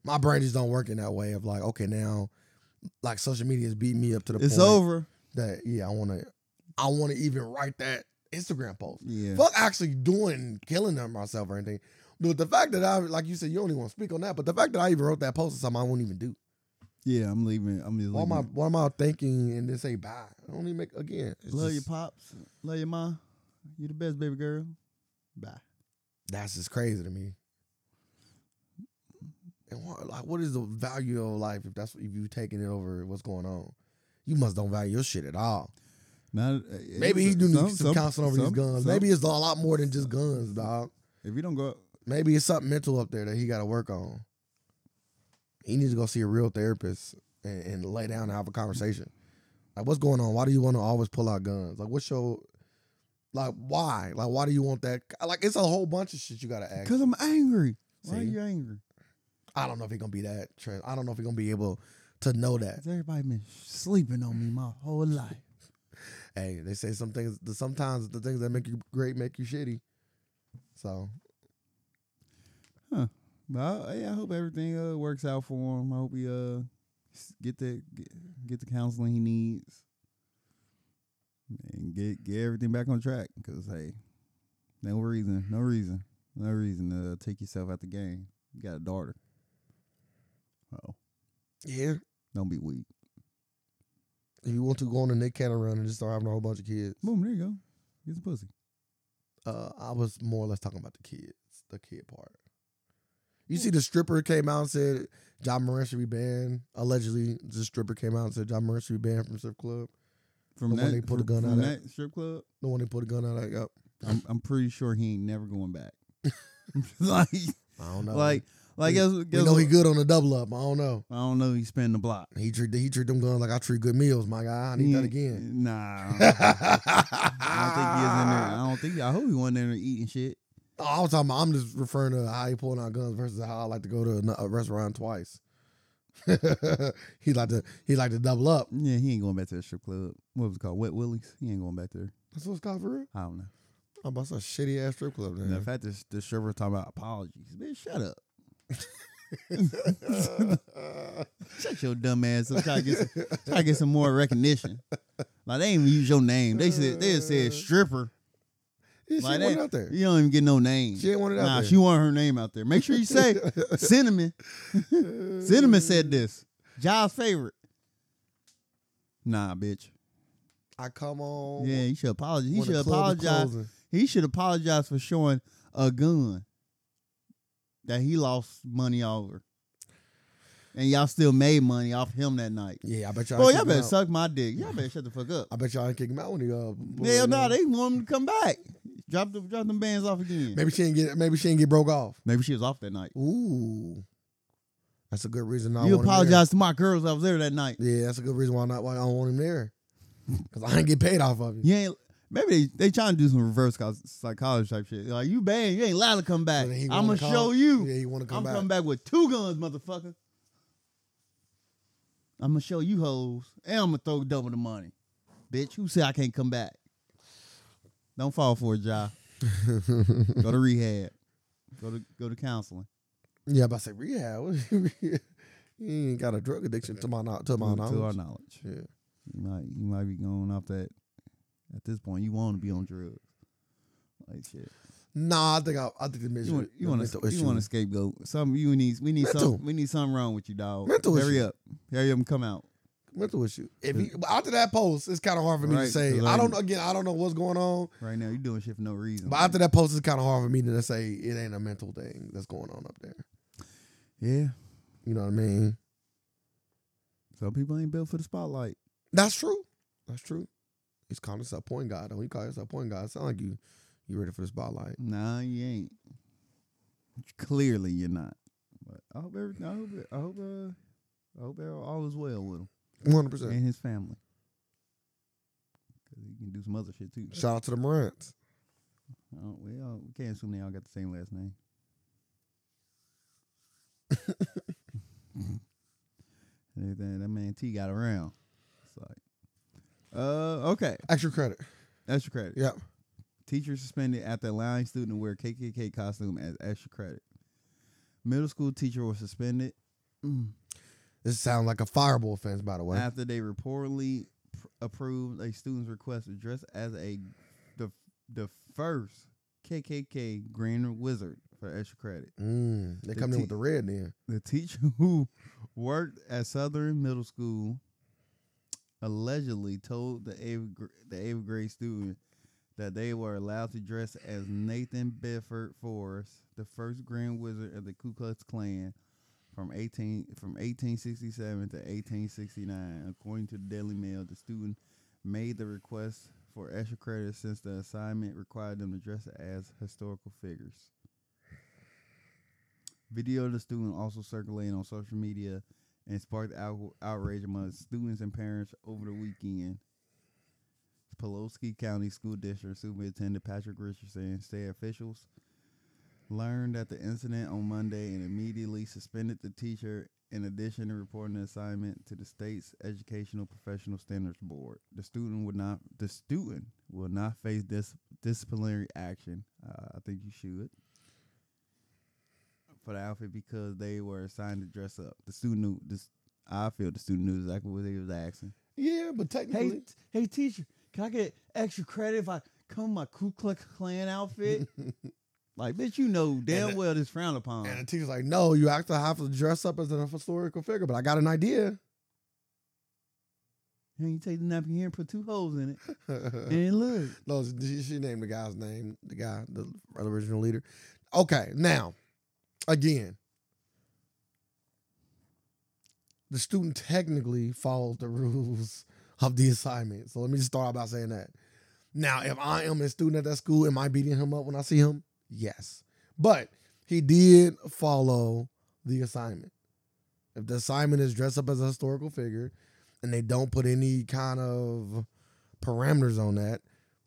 Speaker 2: My brain just don't work in that way of like, okay, now like social media is beating me up to the
Speaker 1: it's
Speaker 2: point
Speaker 1: over.
Speaker 2: that yeah, I wanna I wanna even write that Instagram post.
Speaker 1: Yeah.
Speaker 2: Fuck actually doing killing them myself or anything. But the fact that I like you said you only want to speak on that, but the fact that I even wrote that post is something I won't even do.
Speaker 1: Yeah. I'm leaving. I'm just
Speaker 2: Why
Speaker 1: leaving.
Speaker 2: am I why am I thinking and then say bye? I don't even make again. it's
Speaker 1: Love
Speaker 2: just-
Speaker 1: your pops. Love your ma. You the best baby girl. Bye.
Speaker 2: that's just crazy to me. And what, like what is the value of life if that's if you taking it over what's going on? You must don't value your shit at all.
Speaker 1: Now,
Speaker 2: Maybe he do need uh, some, counseling over these guns. Maybe it's a lot more than just guns, dog.
Speaker 1: if you don't go,
Speaker 2: Maybe it's something mental up there that he got to work on. He needs to go see a real therapist and, and lay down and have a conversation. Like, what's going on? Why do you want to always pull out guns? Like, what's your, like, why? Like, why do you want that? Like, it's a whole bunch of shit you got to ask.
Speaker 1: because I'm angry. Why are
Speaker 2: See?
Speaker 1: you angry?
Speaker 2: I don't know if he's gonna be that. Trans- I don't know if he's gonna be able to know that.
Speaker 1: Has everybody been sleeping on me my whole life?
Speaker 2: Hey, they say some things. that Sometimes the things that make you great make you shitty. So
Speaker 1: But I, hey, I hope everything uh, works out for him. I hope he uh s- get the get, get the counseling he needs and get get everything back on track. Cause hey, no reason, no reason, no reason to take yourself out the game. You got a daughter. Oh,
Speaker 2: yeah,
Speaker 1: don't be weak.
Speaker 2: if you want to go on a Nick Cannon run and just start having a whole bunch of kids.
Speaker 1: Boom, there you go. Get some pussy.
Speaker 2: uh, I was more or less talking about the kids, the kid part. You see, the stripper came out and said John Moran should be banned. Allegedly, the stripper came out and said John Moran should be banned from strip club.
Speaker 1: From
Speaker 2: The
Speaker 1: that,
Speaker 2: one they put a
Speaker 1: from,
Speaker 2: gun
Speaker 1: from
Speaker 2: out
Speaker 1: that
Speaker 2: at.
Speaker 1: strip club,
Speaker 2: The one they put a gun out like up.
Speaker 1: I'm I'm pretty sure he ain't never going back. like
Speaker 2: I don't know.
Speaker 1: like like
Speaker 2: we,
Speaker 1: guess,
Speaker 2: we
Speaker 1: guess
Speaker 2: know he
Speaker 1: what?
Speaker 2: good on the double up. I don't know.
Speaker 1: I don't know. He spin the block.
Speaker 2: He treat he treat them guns like I treat good meals. My guy, I need that
Speaker 1: He-
Speaker 2: again.
Speaker 1: Nah. I don't think he is in there.
Speaker 2: I
Speaker 1: I don't think. I hope he wasn't in there eating shit.
Speaker 2: I was talking. About, Oh, I'm just referring to how he pulling out guns versus how I like to go to a, a restaurant twice. he like to he like to double up.
Speaker 1: Yeah, he ain't going back to that strip club. What was it called? Wet Willie's. He ain't going back there.
Speaker 2: That's what's called for real. Oh,
Speaker 1: I don't know.
Speaker 2: I'm about some shitty ass strip club.
Speaker 1: The
Speaker 2: Then.
Speaker 1: fact that the server talking about apologies, man, shut up. Shut your dumb ass up. Try to get some, try to get some more recognition. Like they ain't even use your name. They said they just said stripper.
Speaker 2: Yeah, she
Speaker 1: Like
Speaker 2: wasn't
Speaker 1: that.
Speaker 2: out there.
Speaker 1: You don't even get no name.
Speaker 2: She ain't want it out
Speaker 1: nah,
Speaker 2: there.
Speaker 1: she want her name out there. Make sure you say cinnamon. cinnamon said this. Josh's favorite. Nah, bitch.
Speaker 2: I come on.
Speaker 1: Yeah, you should apologize. He
Speaker 2: Oh, when the
Speaker 1: should
Speaker 2: club is
Speaker 1: apologize.
Speaker 2: closing.
Speaker 1: He should apologize for showing a gun that he lost money over, and y'all still made money off him that night.
Speaker 2: Yeah, I bet y'all.
Speaker 1: Boy,
Speaker 2: ain't
Speaker 1: y'all
Speaker 2: kick
Speaker 1: better
Speaker 2: him out.
Speaker 1: suck my dick. Y'all better shut the fuck up.
Speaker 2: I bet y'all ain't kick him out when he uh.
Speaker 1: Hell
Speaker 2: pulled
Speaker 1: no,
Speaker 2: out.
Speaker 1: they want him to come back. Drop the drop them bands off again. Maybe,
Speaker 2: Maybe she ain't get. Maybe she ain't get broke off.
Speaker 1: she was off that night.
Speaker 2: Ooh, that's a good reason. I
Speaker 1: you
Speaker 2: want him
Speaker 1: apologize to my girls I was there that night.
Speaker 2: there. Yeah, that's a good reason why not. Why I don't want him there. Cause I ain't get paid off of it.
Speaker 1: You ain't. Maybe they, they trying to do some reverse psych- psychology type shit. Like you bang, you ain't allowed to come back.
Speaker 2: So then he
Speaker 1: I'm
Speaker 2: wanna
Speaker 1: gonna
Speaker 2: come-
Speaker 1: show you.
Speaker 2: Yeah, he want to come
Speaker 1: I'm
Speaker 2: back.
Speaker 1: coming back with two guns, motherfucker. I'm gonna show you hoes, and I'm gonna throw double the money, bitch. Who said I can't come back? Don't fall for it, Ja. go to rehab. Go to go to counseling.
Speaker 2: Yeah, but I say rehab. you ain't got a drug addiction to my not to my
Speaker 1: to, to our
Speaker 2: knowledge.
Speaker 1: knowledge,
Speaker 2: Yeah.
Speaker 1: you might you might be going off that. At this point, you want to be on drugs. Like shit.
Speaker 2: Nah, I think I, I think the
Speaker 1: You
Speaker 2: mental
Speaker 1: want you want to you want to scapegoat. Some you need we need
Speaker 2: Mental.
Speaker 1: some we need something wrong with you, dog.
Speaker 2: Mental
Speaker 1: Hurry
Speaker 2: issue.
Speaker 1: up, hurry up and come out.
Speaker 2: mental issue. If he, but after that post, it's kind of hard for me
Speaker 1: Right,
Speaker 2: to say.
Speaker 1: 'cause
Speaker 2: I
Speaker 1: I-
Speaker 2: don't again. I don't know what's going on.
Speaker 1: Right now, you're doing shit for no reason.
Speaker 2: But after that post, it's kind of hard for me to say it ain't a mental thing that's going on up there.
Speaker 1: yeah.
Speaker 2: You know what I mean?
Speaker 1: Some people ain't built for the spotlight.
Speaker 2: That's true. That's true. He's calling himself point guy. Don't you call yourself point guy? It sound like you you ready for the spotlight.
Speaker 1: Nah, you ain't. Clearly, you're not. But I hope everything. I hope. I hope. Uh, I hope all- all is well with him
Speaker 2: One hundred percent.
Speaker 1: and his family. Cause he can do some other shit too.
Speaker 2: Shout out to the Morants.
Speaker 1: I don't- Oh, we, all, we can't assume they all got the same last name. Anything that man T got around. It's like, uh, okay,
Speaker 2: Extra credit.
Speaker 1: extra credit.
Speaker 2: Yep.
Speaker 1: Teacher suspended after allowing student to wear KKK costume as extra credit. Middle school teacher was suspended
Speaker 2: This sounds like a fireable offense, by the way.
Speaker 1: after they reportedly pr- approved a student's request to dress as a the the first KKK Grand Wizard for extra credit.
Speaker 2: Mm, they
Speaker 1: The
Speaker 2: come in
Speaker 1: te-
Speaker 2: with the red then.
Speaker 1: The teacher who worked at Southern Middle School allegedly told the eighth, gr- the eighth grade student that they were allowed to dress as Nathan Bedford Forrest, the first Grand Wizard of the Ku Klux Klan from 18 from 1867 to 1869. According to the Daily Mail, the student made the request for extra credit since the assignment required them to dress as historical figures. Video of the student also circulated on social media and sparked out- outrage among students and parents over the weekend. Pulaski County School District Superintendent Patrick Richardson and state officials learned that the incident on Monday and immediately suspended the teacher in addition to reporting the assignment to the state's Educational Professional Standards Board. The student would not the student will not face dis- disciplinary action. Uh, I think you should for the outfit because they were assigned to dress up. The student knew this I feel the student knew exactly what they was asking.
Speaker 2: Yeah, but technically,
Speaker 1: Hey, hey, teacher, can I get extra credit if I come in my Ku Klux Klan outfit? like, bitch, you know damn
Speaker 2: And the-
Speaker 1: well this frowned upon.
Speaker 2: and uh, the teacher's like, "No, you actually have to dress up as an historical figure." But I got an idea.
Speaker 1: And you take the napkin here and put two holes in it,
Speaker 2: no,
Speaker 1: and look,
Speaker 2: she, she named the guy's name. The guy, the original leader. Okay, now, again, the student technically follows the rules of the assignment. So let me just start out by saying that. Now, if I am a student at that school, am I beating him up when I see him? Yes. But he did follow the assignment. If the assignment is dressed up as a historical figure and they don't put any kind of parameters on that,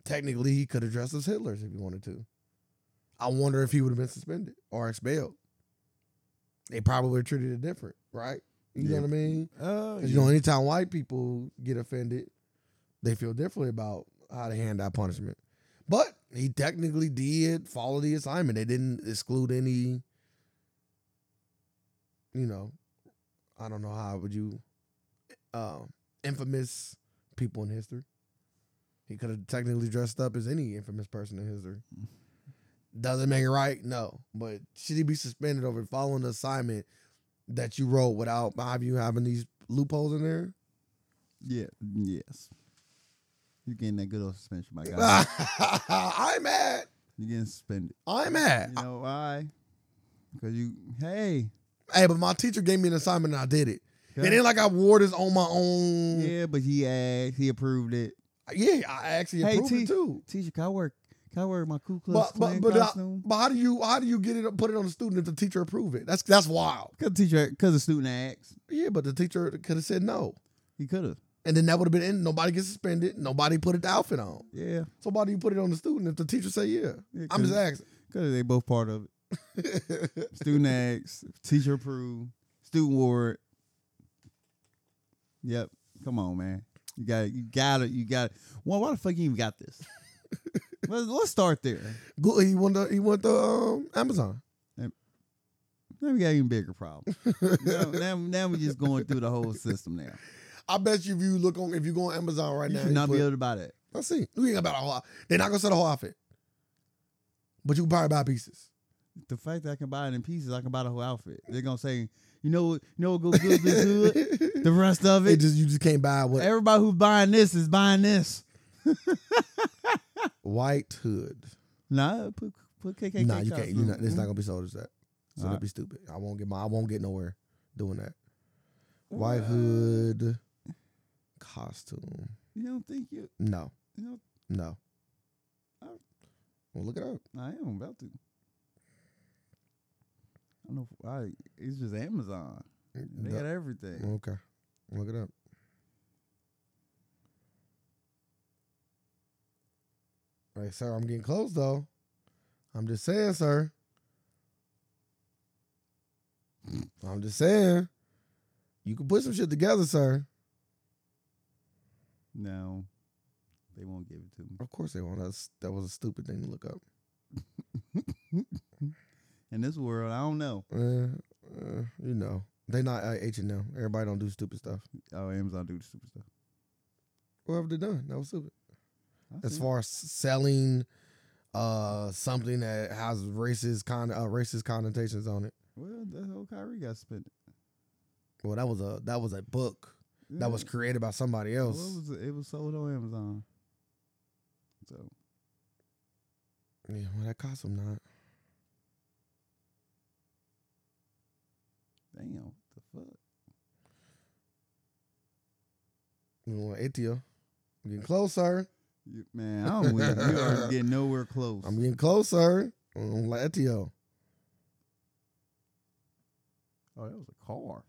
Speaker 2: technically he could have dressed as Hitler's if he wanted to. I wonder if he would have been suspended or expelled. They probably treated it different, right? You know
Speaker 1: Yeah.
Speaker 2: what I mean? Uh,
Speaker 1: Oh,
Speaker 2: 'Cause, You know, anytime white people get offended, they feel differently about how they hand out punishment. But he technically did follow the assignment. They didn't exclude any, you know, I don't know how would you, uh, infamous people in history. He could have technically dressed up as any infamous person in history. Does it make it right? No. But should he be suspended over following the assignment that you wrote without my view having these loopholes in there?
Speaker 1: yeah, yes. You getting that good old suspension, my
Speaker 2: Ah.
Speaker 1: guy?
Speaker 2: I'm mad.
Speaker 1: you getting suspended.
Speaker 2: I'm mad.
Speaker 1: You know why? Because you, hey,
Speaker 2: Hey, but my teacher gave me an assignment and I did it.
Speaker 1: yeah,
Speaker 2: It ain't like I wore this on my own. Yeah,
Speaker 1: yeah, but he asked, he approved it.
Speaker 2: I actually
Speaker 1: Hey,
Speaker 2: approved
Speaker 1: T.
Speaker 2: it too.
Speaker 1: Teacher, can I work? Can I wear my Ku Klux
Speaker 2: But but
Speaker 1: Klan
Speaker 2: but, I-
Speaker 1: costume?
Speaker 2: but how do you how do you get it put it on the student if the teacher approved it? That's that's wild.
Speaker 1: Because the teacher, because the student asked,
Speaker 2: Yeah, but the teacher could have said no,
Speaker 1: he could have.
Speaker 2: and then that would have been in. Nobody gets suspended. Nobody put the outfit on.
Speaker 1: Yeah,
Speaker 2: So why do you put it on the student if the teacher say yeah?
Speaker 1: Yeah,
Speaker 2: I'm just
Speaker 1: because they both part of it.
Speaker 2: asking.
Speaker 1: Student asked, teacher approved, student wore it. Yep. Come on, man. You got it. You got it. You got it. Well, why the fuck you even got this? let's, let's start there.
Speaker 2: Go- he won the he won the um, Amazon.
Speaker 1: Now we got even bigger problem. now, now, now we're just going through the whole system now.
Speaker 2: I bet you if you look on if you go on Amazon right
Speaker 1: You
Speaker 2: now,
Speaker 1: should
Speaker 2: you
Speaker 1: not
Speaker 2: put-
Speaker 1: be able to buy that.
Speaker 2: I see. You ain't about a whole. They're not gonna sell the whole outfit, but you can probably buy pieces.
Speaker 1: The fact that I can buy it in pieces, I can buy the whole outfit. They're gonna say, you know what, you know what goes good with this hood? The rest of
Speaker 2: It
Speaker 1: it.
Speaker 2: just you just can't buy what
Speaker 1: Everybody who's buying this is buying this.
Speaker 2: white hood.
Speaker 1: Nah, put put KKK.
Speaker 2: nah, you can't. You not, it's
Speaker 1: costume.
Speaker 2: not gonna be sold as that. So
Speaker 1: Alright.
Speaker 2: that'd be stupid. I won't get my. I won't get nowhere doing that.
Speaker 1: Mm-hmm.
Speaker 2: White hood costume.
Speaker 1: You don't think you?
Speaker 2: No,
Speaker 1: you don't,
Speaker 2: no.
Speaker 1: Alright.
Speaker 2: Well, look it up.
Speaker 1: I am about to. I don't know. if- I, it's just Amazon. They
Speaker 2: No.
Speaker 1: got everything.
Speaker 2: Okay, look it up. Hey, sir, I'm getting close though. I'm just saying, sir. I'm just saying. You can put some shit together, sir.
Speaker 1: No, they won't give it to me.
Speaker 2: Of course they won't. That's that was a stupid thing to look up.
Speaker 1: In this world, I don't know.
Speaker 2: Uh, uh, you know, they not uh, H and M. Everybody don't do stupid stuff.
Speaker 1: Oh, Amazon do the stupid stuff.
Speaker 2: Whatever they done, that was stupid.
Speaker 1: I
Speaker 2: as
Speaker 1: see.
Speaker 2: far as selling uh something that has racist con uh, racist connotations on it.
Speaker 1: well, the whole Kyrie got suspended.
Speaker 2: Well, that was a that was a book that was
Speaker 1: Yeah.
Speaker 2: created by somebody
Speaker 1: Well,
Speaker 2: else.
Speaker 1: it Mm. was it was sold on Amazon. So
Speaker 2: yeah, well, that cost him not.
Speaker 1: damn, what the fuck?
Speaker 2: You know, Etio, I'm getting closer.
Speaker 1: You, man, I'm with you. You are getting nowhere close.
Speaker 2: I'm getting closer. I'm like Etio.
Speaker 1: oh, that was a car.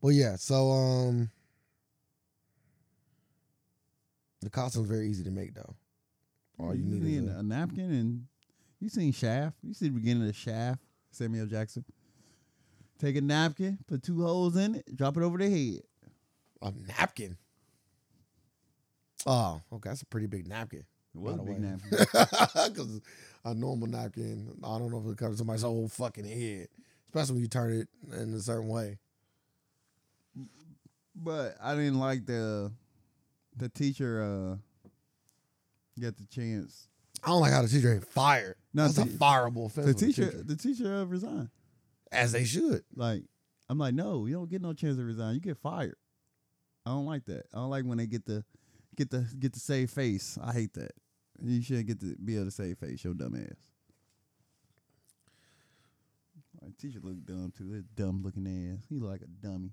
Speaker 2: Well, yeah. So um, the costume's very easy to make though. All you need is
Speaker 1: a, a napkin and you seen Shaft. You see the beginning of Shaft, Samuel Jackson. Take a napkin, put two holes in it, drop it over their head.
Speaker 2: a, a napkin. Oh, okay. That's a pretty big napkin.
Speaker 1: It was a
Speaker 2: By the
Speaker 1: big
Speaker 2: way.
Speaker 1: napkin.
Speaker 2: Because a normal napkin, I don't know if it covers somebody's whole fucking head, especially when you turn it in a certain way.
Speaker 1: But I didn't like the the teacher uh get the chance.
Speaker 2: I don't like how the teacher ain't fired.
Speaker 1: No,
Speaker 2: That's a
Speaker 1: the-
Speaker 2: fireable offense.
Speaker 1: The
Speaker 2: with the
Speaker 1: teacher the teacher uh, resigned.
Speaker 2: as they should.
Speaker 1: Like I'm like, no, you don't get no chance to resign. You get fired. I don't like that. I don't like when they get the get the get to save face. I hate that. You shouldn't get to be able to save face, your dumb ass. My teacher looked dumb too. His dumb looking ass. He like a dummy.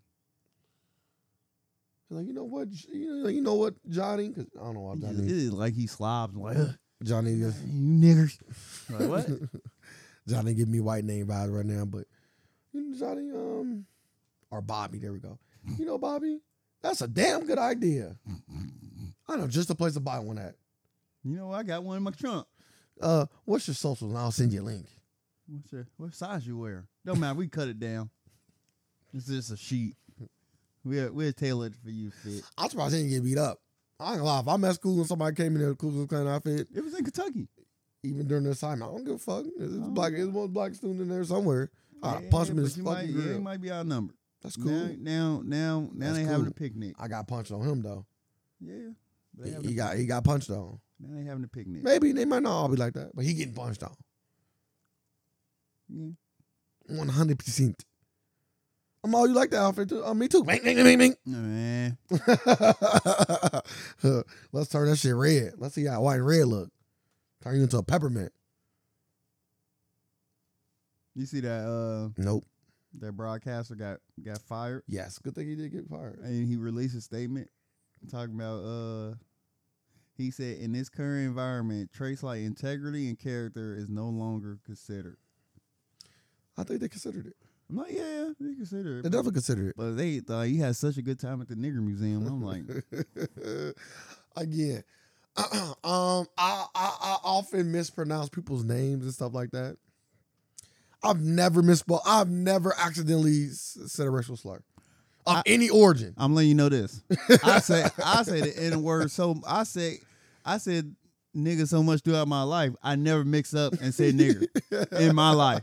Speaker 2: He's like, you know what, J- you know, you know what, Johnny? Because I don't know why
Speaker 1: He just-
Speaker 2: Johnny.
Speaker 1: it is like he slobs like "Ugh,
Speaker 2: Johnny
Speaker 1: you
Speaker 2: just
Speaker 1: niggers. Like what?
Speaker 2: Johnny give me white name vibes right now, but you know, Johnny, um, or Bobby, there we go. You know, Bobby, that's a damn good idea. I know just a place to buy one at.
Speaker 1: you know I got one in my trunk.
Speaker 2: Uh, what's your socials? And I'll send you a link.
Speaker 1: What's your, what size you wear? Don't matter. We cut it down. It's just a sheet. We're we're tailored for you fit.
Speaker 2: I'm surprised he didn't get beat up. I ain't gonna lie, if I'm at school and somebody came in there with a Ku Klux Klan outfit,
Speaker 1: It was in Kentucky.
Speaker 2: even during the assignment, I don't give a fuck. It's
Speaker 1: Oh.
Speaker 2: black, it's one black student in there somewhere. I punched him
Speaker 1: but
Speaker 2: in his
Speaker 1: you
Speaker 2: fucking
Speaker 1: might, yeah,
Speaker 2: grill.
Speaker 1: you might be outnumbered.
Speaker 2: That's cool.
Speaker 1: Now now now, now
Speaker 2: That's
Speaker 1: they having a
Speaker 2: cool.
Speaker 1: picnic.
Speaker 2: I got punched on him though.
Speaker 1: Yeah. They
Speaker 2: He,
Speaker 1: having
Speaker 2: he
Speaker 1: a-
Speaker 2: got he got punched on.
Speaker 1: now they having a picnic.
Speaker 2: Maybe they might not all be like that, but he getting punched on.
Speaker 1: Yeah.
Speaker 2: One hundred percent. I'm all you like that outfit too. Uh, me too. Bang, bang, bang, bang,
Speaker 1: Man.
Speaker 2: bang. Let's turn that shit red. Let's see how white and red look. Turn you into a peppermint.
Speaker 1: You see that uh
Speaker 2: Nope.
Speaker 1: that broadcaster got got fired
Speaker 2: Yes. Good thing he did get fired.
Speaker 1: and he released a statement talking about uh he said in this current environment traits like integrity and character is no longer considered.
Speaker 2: I think they considered it.
Speaker 1: I'm like, yeah, yeah, they consider it.
Speaker 2: They definitely considered it.
Speaker 1: But they thought he had such a good time at the nigger museum. I'm like,
Speaker 2: again. um, I, I I often mispronounce people's names and stuff like that. I've never misspelled. I've never accidentally s- said a racial slur of
Speaker 1: I-
Speaker 2: any origin.
Speaker 1: I'm letting you know this. I say I say the N word so I say I said nigga so much throughout my life. I never mix up and say nigger in my life.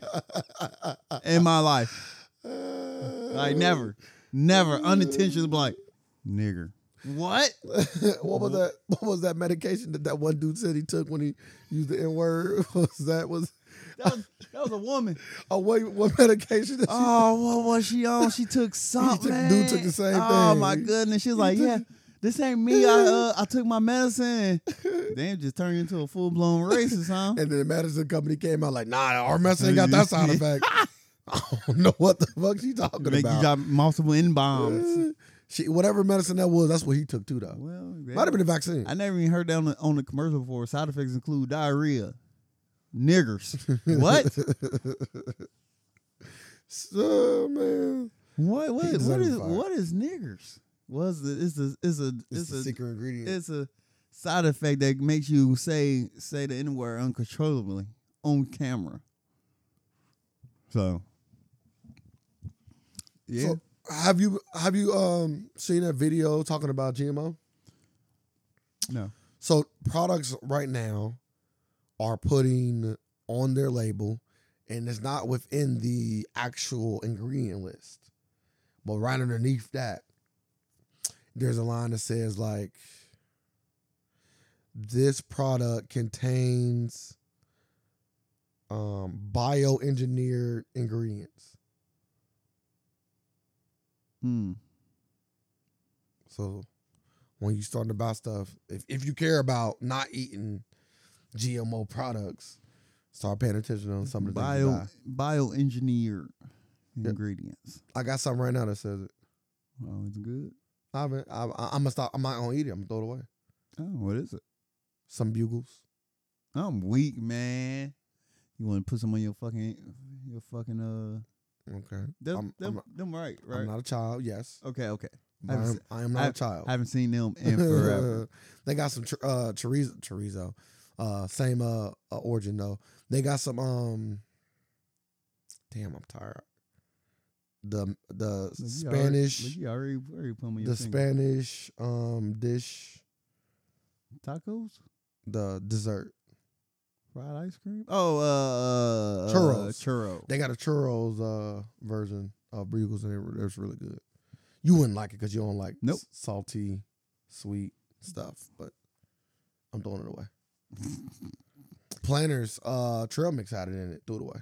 Speaker 1: In my life. Like never. Never unintentional like nigger. What?
Speaker 2: what was that? What was that medication that that one dude said he took when he used the N word? Was that was
Speaker 1: That was, that was a woman.
Speaker 2: oh wait, what medication? That she-
Speaker 1: Oh, what was she on? She took something.
Speaker 2: dude took the same
Speaker 1: Oh
Speaker 2: thing.
Speaker 1: my goodness. She was
Speaker 2: He
Speaker 1: like,
Speaker 2: took-
Speaker 1: yeah, this ain't me. I uh, I took my medicine. Damn, just turned into a full blown racist, huh?
Speaker 2: And then the Madison company came out like, nah, our medicine ain't got that side effect. I don't know what the fuck she talking
Speaker 1: Make you
Speaker 2: about.
Speaker 1: drop multiple N bombs.
Speaker 2: she, whatever medicine that was, that's what he took too though.
Speaker 1: Well,
Speaker 2: Might have
Speaker 1: that-
Speaker 2: been a vaccine.
Speaker 1: I never even heard that on the, on the commercial before. Side effects include diarrhea, niggers. what?
Speaker 2: So man,
Speaker 1: What? What?
Speaker 2: He
Speaker 1: What is
Speaker 2: deserved fire.
Speaker 1: what is niggers? Was the is a is a
Speaker 2: it's
Speaker 1: is
Speaker 2: the
Speaker 1: a
Speaker 2: secret ingredient.
Speaker 1: it's a side effect that makes you say say the n word uncontrollably on camera. So, yeah,
Speaker 2: So, have you have you um seen that video talking about GMO?
Speaker 1: no,
Speaker 2: So products right now are putting on their label, and it's not within the actual ingredient list, but right underneath that, there's a line that says like, "This product contains um, bioengineered ingredients."
Speaker 1: Hmm.
Speaker 2: So when you starting to buy stuff, if, if you care about not eating GMO products, start paying attention on some of the things you
Speaker 1: bio
Speaker 2: buy.
Speaker 1: bioengineered ingredients.
Speaker 2: I got something right now that says it.
Speaker 1: Oh, it's good.
Speaker 2: I haven't. I, I, I'm gonna stop. I'm not gonna eat it. I'm gonna throw it away.
Speaker 1: Oh, what is it?
Speaker 2: Some bugles.
Speaker 1: I'm weak, man. You want to put some on your fucking, your fucking uh,
Speaker 2: Okay.
Speaker 1: them,
Speaker 2: I'm-
Speaker 1: them,
Speaker 2: I'm-
Speaker 1: them right, right?
Speaker 2: I'm not a child. Yes.
Speaker 1: okay, okay.
Speaker 2: But I am,
Speaker 1: haven't
Speaker 2: I am not a
Speaker 1: I've-
Speaker 2: child.
Speaker 1: I haven't seen them in forever.
Speaker 2: they got some tr- uh, chorizo. Chorizo. Uh, same uh, uh origin though. They got some um. Damn, I'm tired. The the
Speaker 1: Look, you already-
Speaker 2: Spanish.
Speaker 1: look, you already, already put 'em on your
Speaker 2: the
Speaker 1: finger.
Speaker 2: Spanish um dish,
Speaker 1: tacos,
Speaker 2: the dessert.
Speaker 1: fried ice cream. Oh, uh, uh,
Speaker 2: Churros.
Speaker 1: churro.
Speaker 2: They got a churros uh version of bugles and it- it's really good. You wouldn't like it because you don't like
Speaker 1: Nope.
Speaker 2: s- salty, sweet stuff. But I'm throwing it away. Planters uh trail mix had it in it. Threw it away.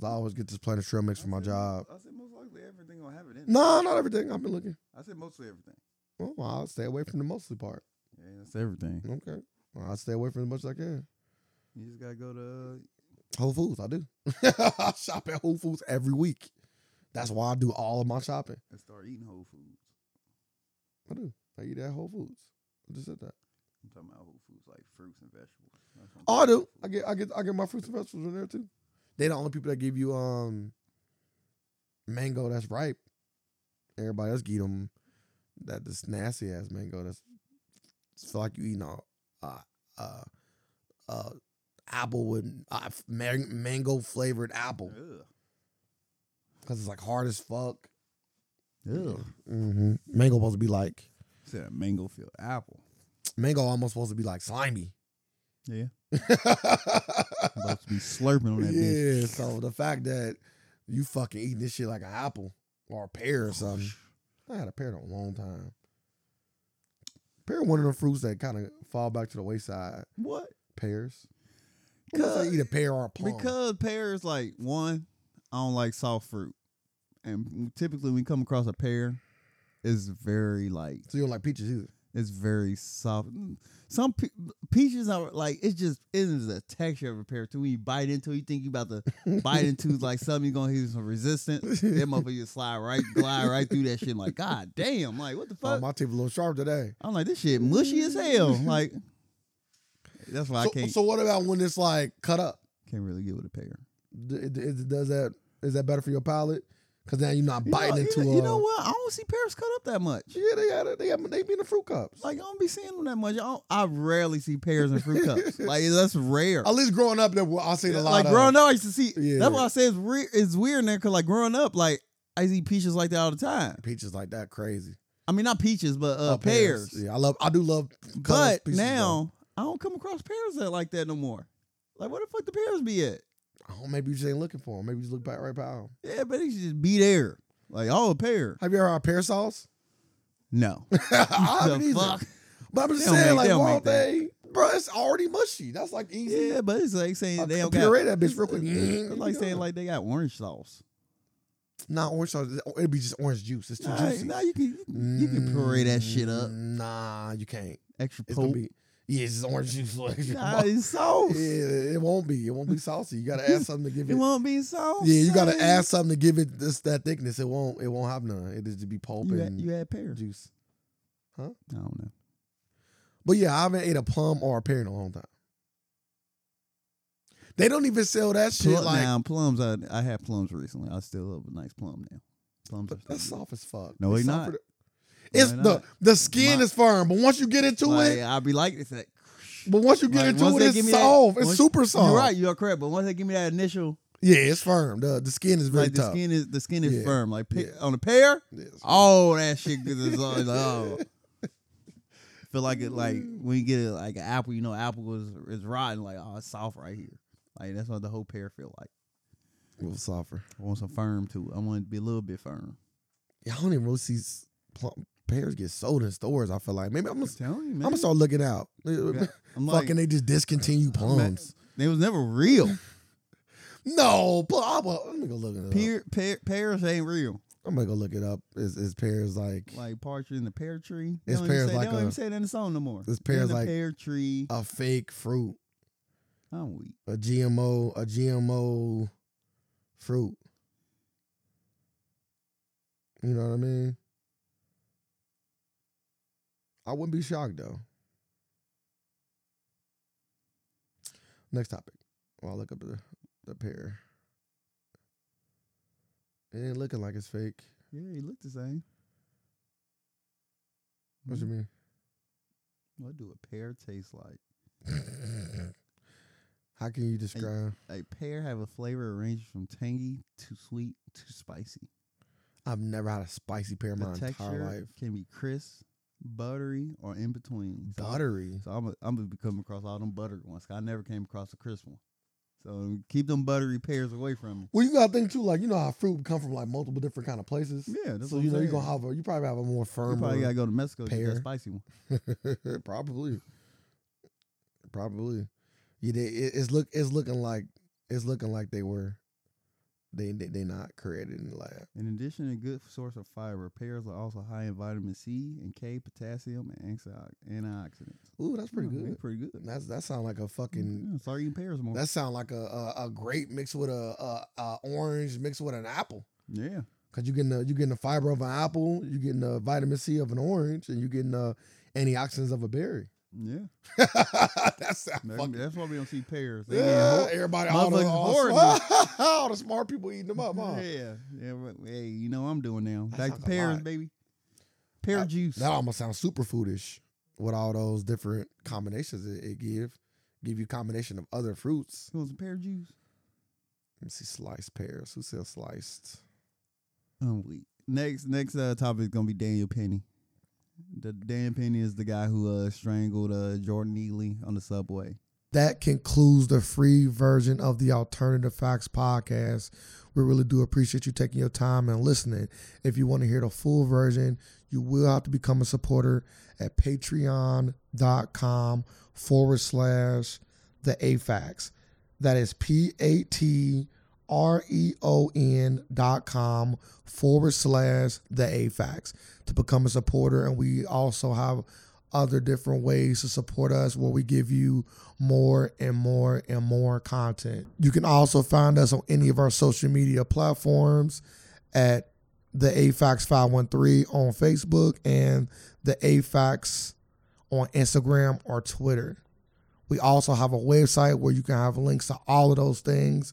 Speaker 2: Cause I always get this Planters trail mix for my job.
Speaker 1: I said most likely everything gonna have it in.
Speaker 2: No, not everything. I've been looking.
Speaker 1: I said mostly everything.
Speaker 2: Well, I'll stay away from the mostly part.
Speaker 1: Yeah, that's everything.
Speaker 2: Okay. I'll stay away from it as much as I can.
Speaker 1: You just gotta go to.
Speaker 2: Whole Foods, I do. I shop at Whole Foods every week. That's why I do all of my shopping.
Speaker 1: and start eating Whole Foods.
Speaker 2: I do. I eat at Whole Foods. I just said that.
Speaker 1: I'm talking about whole foods like fruits and vegetables. That's what I'm
Speaker 2: Oh, I
Speaker 1: talking
Speaker 2: do.
Speaker 1: about,
Speaker 2: I
Speaker 1: food.
Speaker 2: get I get I get my fruits and vegetables in there too. They the only people that give you um mango that's ripe. Everybody else get them that this nasty ass mango that's it's feel like you eating a uh uh uh apple with uh, mango flavored apple because it's like hard as fuck.
Speaker 1: Ugh. Ugh.
Speaker 2: Mm-hmm. Mango supposed to be like
Speaker 1: Said a mango filled apple.
Speaker 2: mango almost supposed to be like slimy.
Speaker 1: Yeah. I'm
Speaker 2: yeah,
Speaker 1: about to be slurping on that bitch.
Speaker 2: so the fact that you fucking eating this shit like an apple or a
Speaker 1: Oh,
Speaker 2: pear or something. I had a pear in a long time. Pear one of the fruits that kind of fall back to the wayside.
Speaker 1: What?
Speaker 2: Pears. Because I eat a pear or a plum.
Speaker 1: Because pears, like one, I don't like soft fruit, and typically when you come across a pear, it's very like
Speaker 2: so you don't like peaches either.
Speaker 1: it's very soft. Mm, Some pe- peaches are like it's just it is the texture of a pear too. When you bite into, it, you think you about to bite into like something you're gonna hit some resistance. That motherfucker just slide right, glide right through that shit. Like god damn, like what the
Speaker 2: Oh,
Speaker 1: fuck?
Speaker 2: my teeth a little sharp today.
Speaker 1: I'm like this shit mushy as hell. Like that's why
Speaker 2: So,
Speaker 1: I can't
Speaker 2: so what about when it's like cut up?
Speaker 1: can't really get with a pear.
Speaker 2: D- it- it- does that is that better for your palate? Because now you're not
Speaker 1: You know-
Speaker 2: biting
Speaker 1: you
Speaker 2: into.
Speaker 1: know,
Speaker 2: a,
Speaker 1: you know what? I don't see pears cut up that much.
Speaker 2: Yeah, they got it. They got they be in the fruit cups.
Speaker 1: Like I don't be seeing them that much. I, don't, I rarely see pears and fruit cups. Like that's rare.
Speaker 2: At least growing up, that I seen a lot.
Speaker 1: like
Speaker 2: of,
Speaker 1: growing up, I used to see.
Speaker 2: Yeah.
Speaker 1: That's why I say it's weird. It's weird in there because like growing up, like I see peaches like that all the time.
Speaker 2: peaches like that crazy.
Speaker 1: I mean, not peaches, but uh,
Speaker 2: Uh,
Speaker 1: pears.
Speaker 2: Yeah, I love. I do love. colored
Speaker 1: But
Speaker 2: peaches,
Speaker 1: now I don't come across pears that like that no more. Like where the fuck the pears be at?
Speaker 2: though. oh, maybe you just ain't looking for them. Maybe you just look back right by them.
Speaker 1: Yeah, but they should just be there. Like oh, a pear.
Speaker 2: Have you ever had pear sauce?
Speaker 1: No.
Speaker 2: I haven't
Speaker 1: The
Speaker 2: either.
Speaker 1: fuck?
Speaker 2: But I'm just
Speaker 1: They don't
Speaker 2: saying,
Speaker 1: make-
Speaker 2: like,
Speaker 1: they don't
Speaker 2: why
Speaker 1: make
Speaker 2: don't they? Bro, it's already mushy. That's like easy.
Speaker 1: Yeah, but it's like saying
Speaker 2: I
Speaker 1: they don't got. uh,
Speaker 2: puree that bitch real quick.
Speaker 1: It's like saying like they got orange sauce.
Speaker 2: not orange sauce. It'd be just orange juice. It's too
Speaker 1: Nah,
Speaker 2: juicy. Mm,
Speaker 1: nah, you can you can- you can puree that shit up.
Speaker 2: Nah, you can't.
Speaker 1: Extra
Speaker 2: Mm-hmm. It's
Speaker 1: poke.
Speaker 2: gonna be yeah, it's just orange juice. Like,
Speaker 1: Nah, it's sauce.
Speaker 2: Yeah, it won't be. It won't be saucy. You gotta add something to give
Speaker 1: It
Speaker 2: it.
Speaker 1: won't be sauce.
Speaker 2: yeah, you gotta
Speaker 1: eh?
Speaker 2: add something to give it this that thickness. It won't. It won't have none. It just be pulp
Speaker 1: You had,
Speaker 2: and
Speaker 1: you had pear.
Speaker 2: juice.
Speaker 1: I don't know.
Speaker 2: But yeah, I haven't ate a plum or a pear in a long time. They don't even sell that shit
Speaker 1: Plum,
Speaker 2: like
Speaker 1: now, plums. I, I had plums recently. I still love a nice plum now. Plums are
Speaker 2: but that's
Speaker 1: still
Speaker 2: soft as fuck.
Speaker 1: No,
Speaker 2: It's
Speaker 1: it
Speaker 2: soft
Speaker 1: not.
Speaker 2: for the-
Speaker 1: No,
Speaker 2: It's
Speaker 1: it
Speaker 2: the
Speaker 1: not.
Speaker 2: the skin
Speaker 1: My-
Speaker 2: is firm, but once you get into
Speaker 1: good. Like,
Speaker 2: it,
Speaker 1: I'd be like it's like.
Speaker 2: but once you get
Speaker 1: Like, once
Speaker 2: into
Speaker 1: they
Speaker 2: it,
Speaker 1: give
Speaker 2: it's
Speaker 1: me that-
Speaker 2: soft. it's
Speaker 1: once-
Speaker 2: super soft.
Speaker 1: You're right. You're correct. But once they give me that initial,
Speaker 2: Yeah, it's firm. The the skin is very
Speaker 1: like the
Speaker 2: tough.
Speaker 1: skin is the skin is
Speaker 2: Yeah.
Speaker 1: firm. Like pick,
Speaker 2: Yeah.
Speaker 1: on a pear,
Speaker 2: Yes.
Speaker 1: oh that shit good as all. Like, oh. Feel like it like when you get a, like an apple, you know, apple is is rotten. Like oh, it's soft right here. Like that's what the whole pear feel like.
Speaker 2: A little softer.
Speaker 1: I want some firm too. I want it to be a little bit firm.
Speaker 2: Yeah, I don't even really see s- plum, pears get sold in stores. I feel like maybe I'm gonna,
Speaker 1: telling you,
Speaker 2: I'm gonna start looking out.
Speaker 1: I'm like,
Speaker 2: Fucking, they just discontinue plums.
Speaker 1: they was never real.
Speaker 2: No, pl- I'm gonna, let me go look it up.
Speaker 1: Pear, pear, pears ain't real.
Speaker 2: I'm gonna go look it up. Is, is pears like,
Speaker 1: Like partridge in the pear tree. They
Speaker 2: It's
Speaker 1: don't even
Speaker 2: pears
Speaker 1: say,
Speaker 2: like
Speaker 1: they don't even
Speaker 2: a-
Speaker 1: say that in the song no more.
Speaker 2: it's pears
Speaker 1: in the
Speaker 2: like-
Speaker 1: pear tree.
Speaker 2: a fake fruit,
Speaker 1: I'm weak.
Speaker 2: a GMO, a GMO fruit? You know what I mean? I wouldn't be shocked though. Next topic. Well, I'll look up the, the pear. It ain't looking like it's fake.
Speaker 1: Yeah, he looked the same.
Speaker 2: What you mean?
Speaker 1: What do a pear taste like?
Speaker 2: How can you describe?
Speaker 1: A pear have a flavor range from tangy to sweet to spicy.
Speaker 2: I've never had a spicy pear in
Speaker 1: The
Speaker 2: my entire
Speaker 1: texture
Speaker 2: life.
Speaker 1: can be crisp, buttery, or in between. So I'm-
Speaker 2: Buttery.
Speaker 1: So I'm i I'm gonna be coming across all them buttery ones. 'cause I never came across a crisp one. So keep them buttery pears away from me.
Speaker 2: Well, you gotta think too. Like you know how fruit come from like multiple different kind of places.
Speaker 1: Yeah, that's
Speaker 2: so
Speaker 1: what
Speaker 2: you
Speaker 1: I'm
Speaker 2: know you
Speaker 1: saying.
Speaker 2: gonna have a you probably have a more
Speaker 1: You
Speaker 2: firm.
Speaker 1: probably gotta go to Mexico to get
Speaker 2: pear.
Speaker 1: that spicy one.
Speaker 2: probably, probably. Yeah, they, it, it's look it's looking like it's looking like they were. They they, they not created in the lab.
Speaker 1: In addition, a good source of fiber. Pears are also high in vitamin C and K, potassium, and antiox- antioxidants.
Speaker 2: Ooh, that's pretty
Speaker 1: Yeah, they Mm-hmm.
Speaker 2: good.
Speaker 1: Pretty good.
Speaker 2: That's that sound like a fucking.
Speaker 1: Yeah, start eating pears more.
Speaker 2: That sound like a a, a grape mixed with a, a, a orange mixed with an apple.
Speaker 1: yeah.
Speaker 2: Cause you getting the you getting the fiber of an apple, you getting the vitamin C of an orange, and you getting the antioxidants of a berry.
Speaker 1: Yeah,
Speaker 2: that's that
Speaker 1: that-
Speaker 2: fucking,
Speaker 1: that's why we don't see pears. They
Speaker 2: yeah,
Speaker 1: being
Speaker 2: everybody all the,
Speaker 1: motherfucking
Speaker 2: all,
Speaker 1: horrible.
Speaker 2: all the smart people eating them up,
Speaker 1: ho-
Speaker 2: huh?
Speaker 1: yeah, yeah. but, Hey, you know what I'm doing now.
Speaker 2: That
Speaker 1: Back to
Speaker 2: sounds a
Speaker 1: pears,
Speaker 2: lot.
Speaker 1: baby. Pear
Speaker 2: That-
Speaker 1: juice.
Speaker 2: That almost sounds superfoodish with all those different combinations it, it give. Give you combination of other fruits.
Speaker 1: It was pear juice.
Speaker 2: Let me see sliced pears. Who sells sliced?
Speaker 1: I'm weak. Um, Next, next uh, topic is gonna be Daniel Penny. The Daniel Penny is the guy who uh, strangled uh, Jordan Neely on the subway.
Speaker 2: That concludes the free version of the Alternative Facts podcast. We really do appreciate you taking your time and listening. If you want to hear the full version, you will have to become a supporter at patreon.com forward slash the AFAX. That is P A T R E O N dot com forward slash the AFAX to become a supporter. And we also have other different ways to support us where we give you more and more and more content. You can also find us on any of our social media platforms at the AFAX 513 on Facebook and the AFAX on Instagram or Twitter. We also have a website where you can have links to all of those things,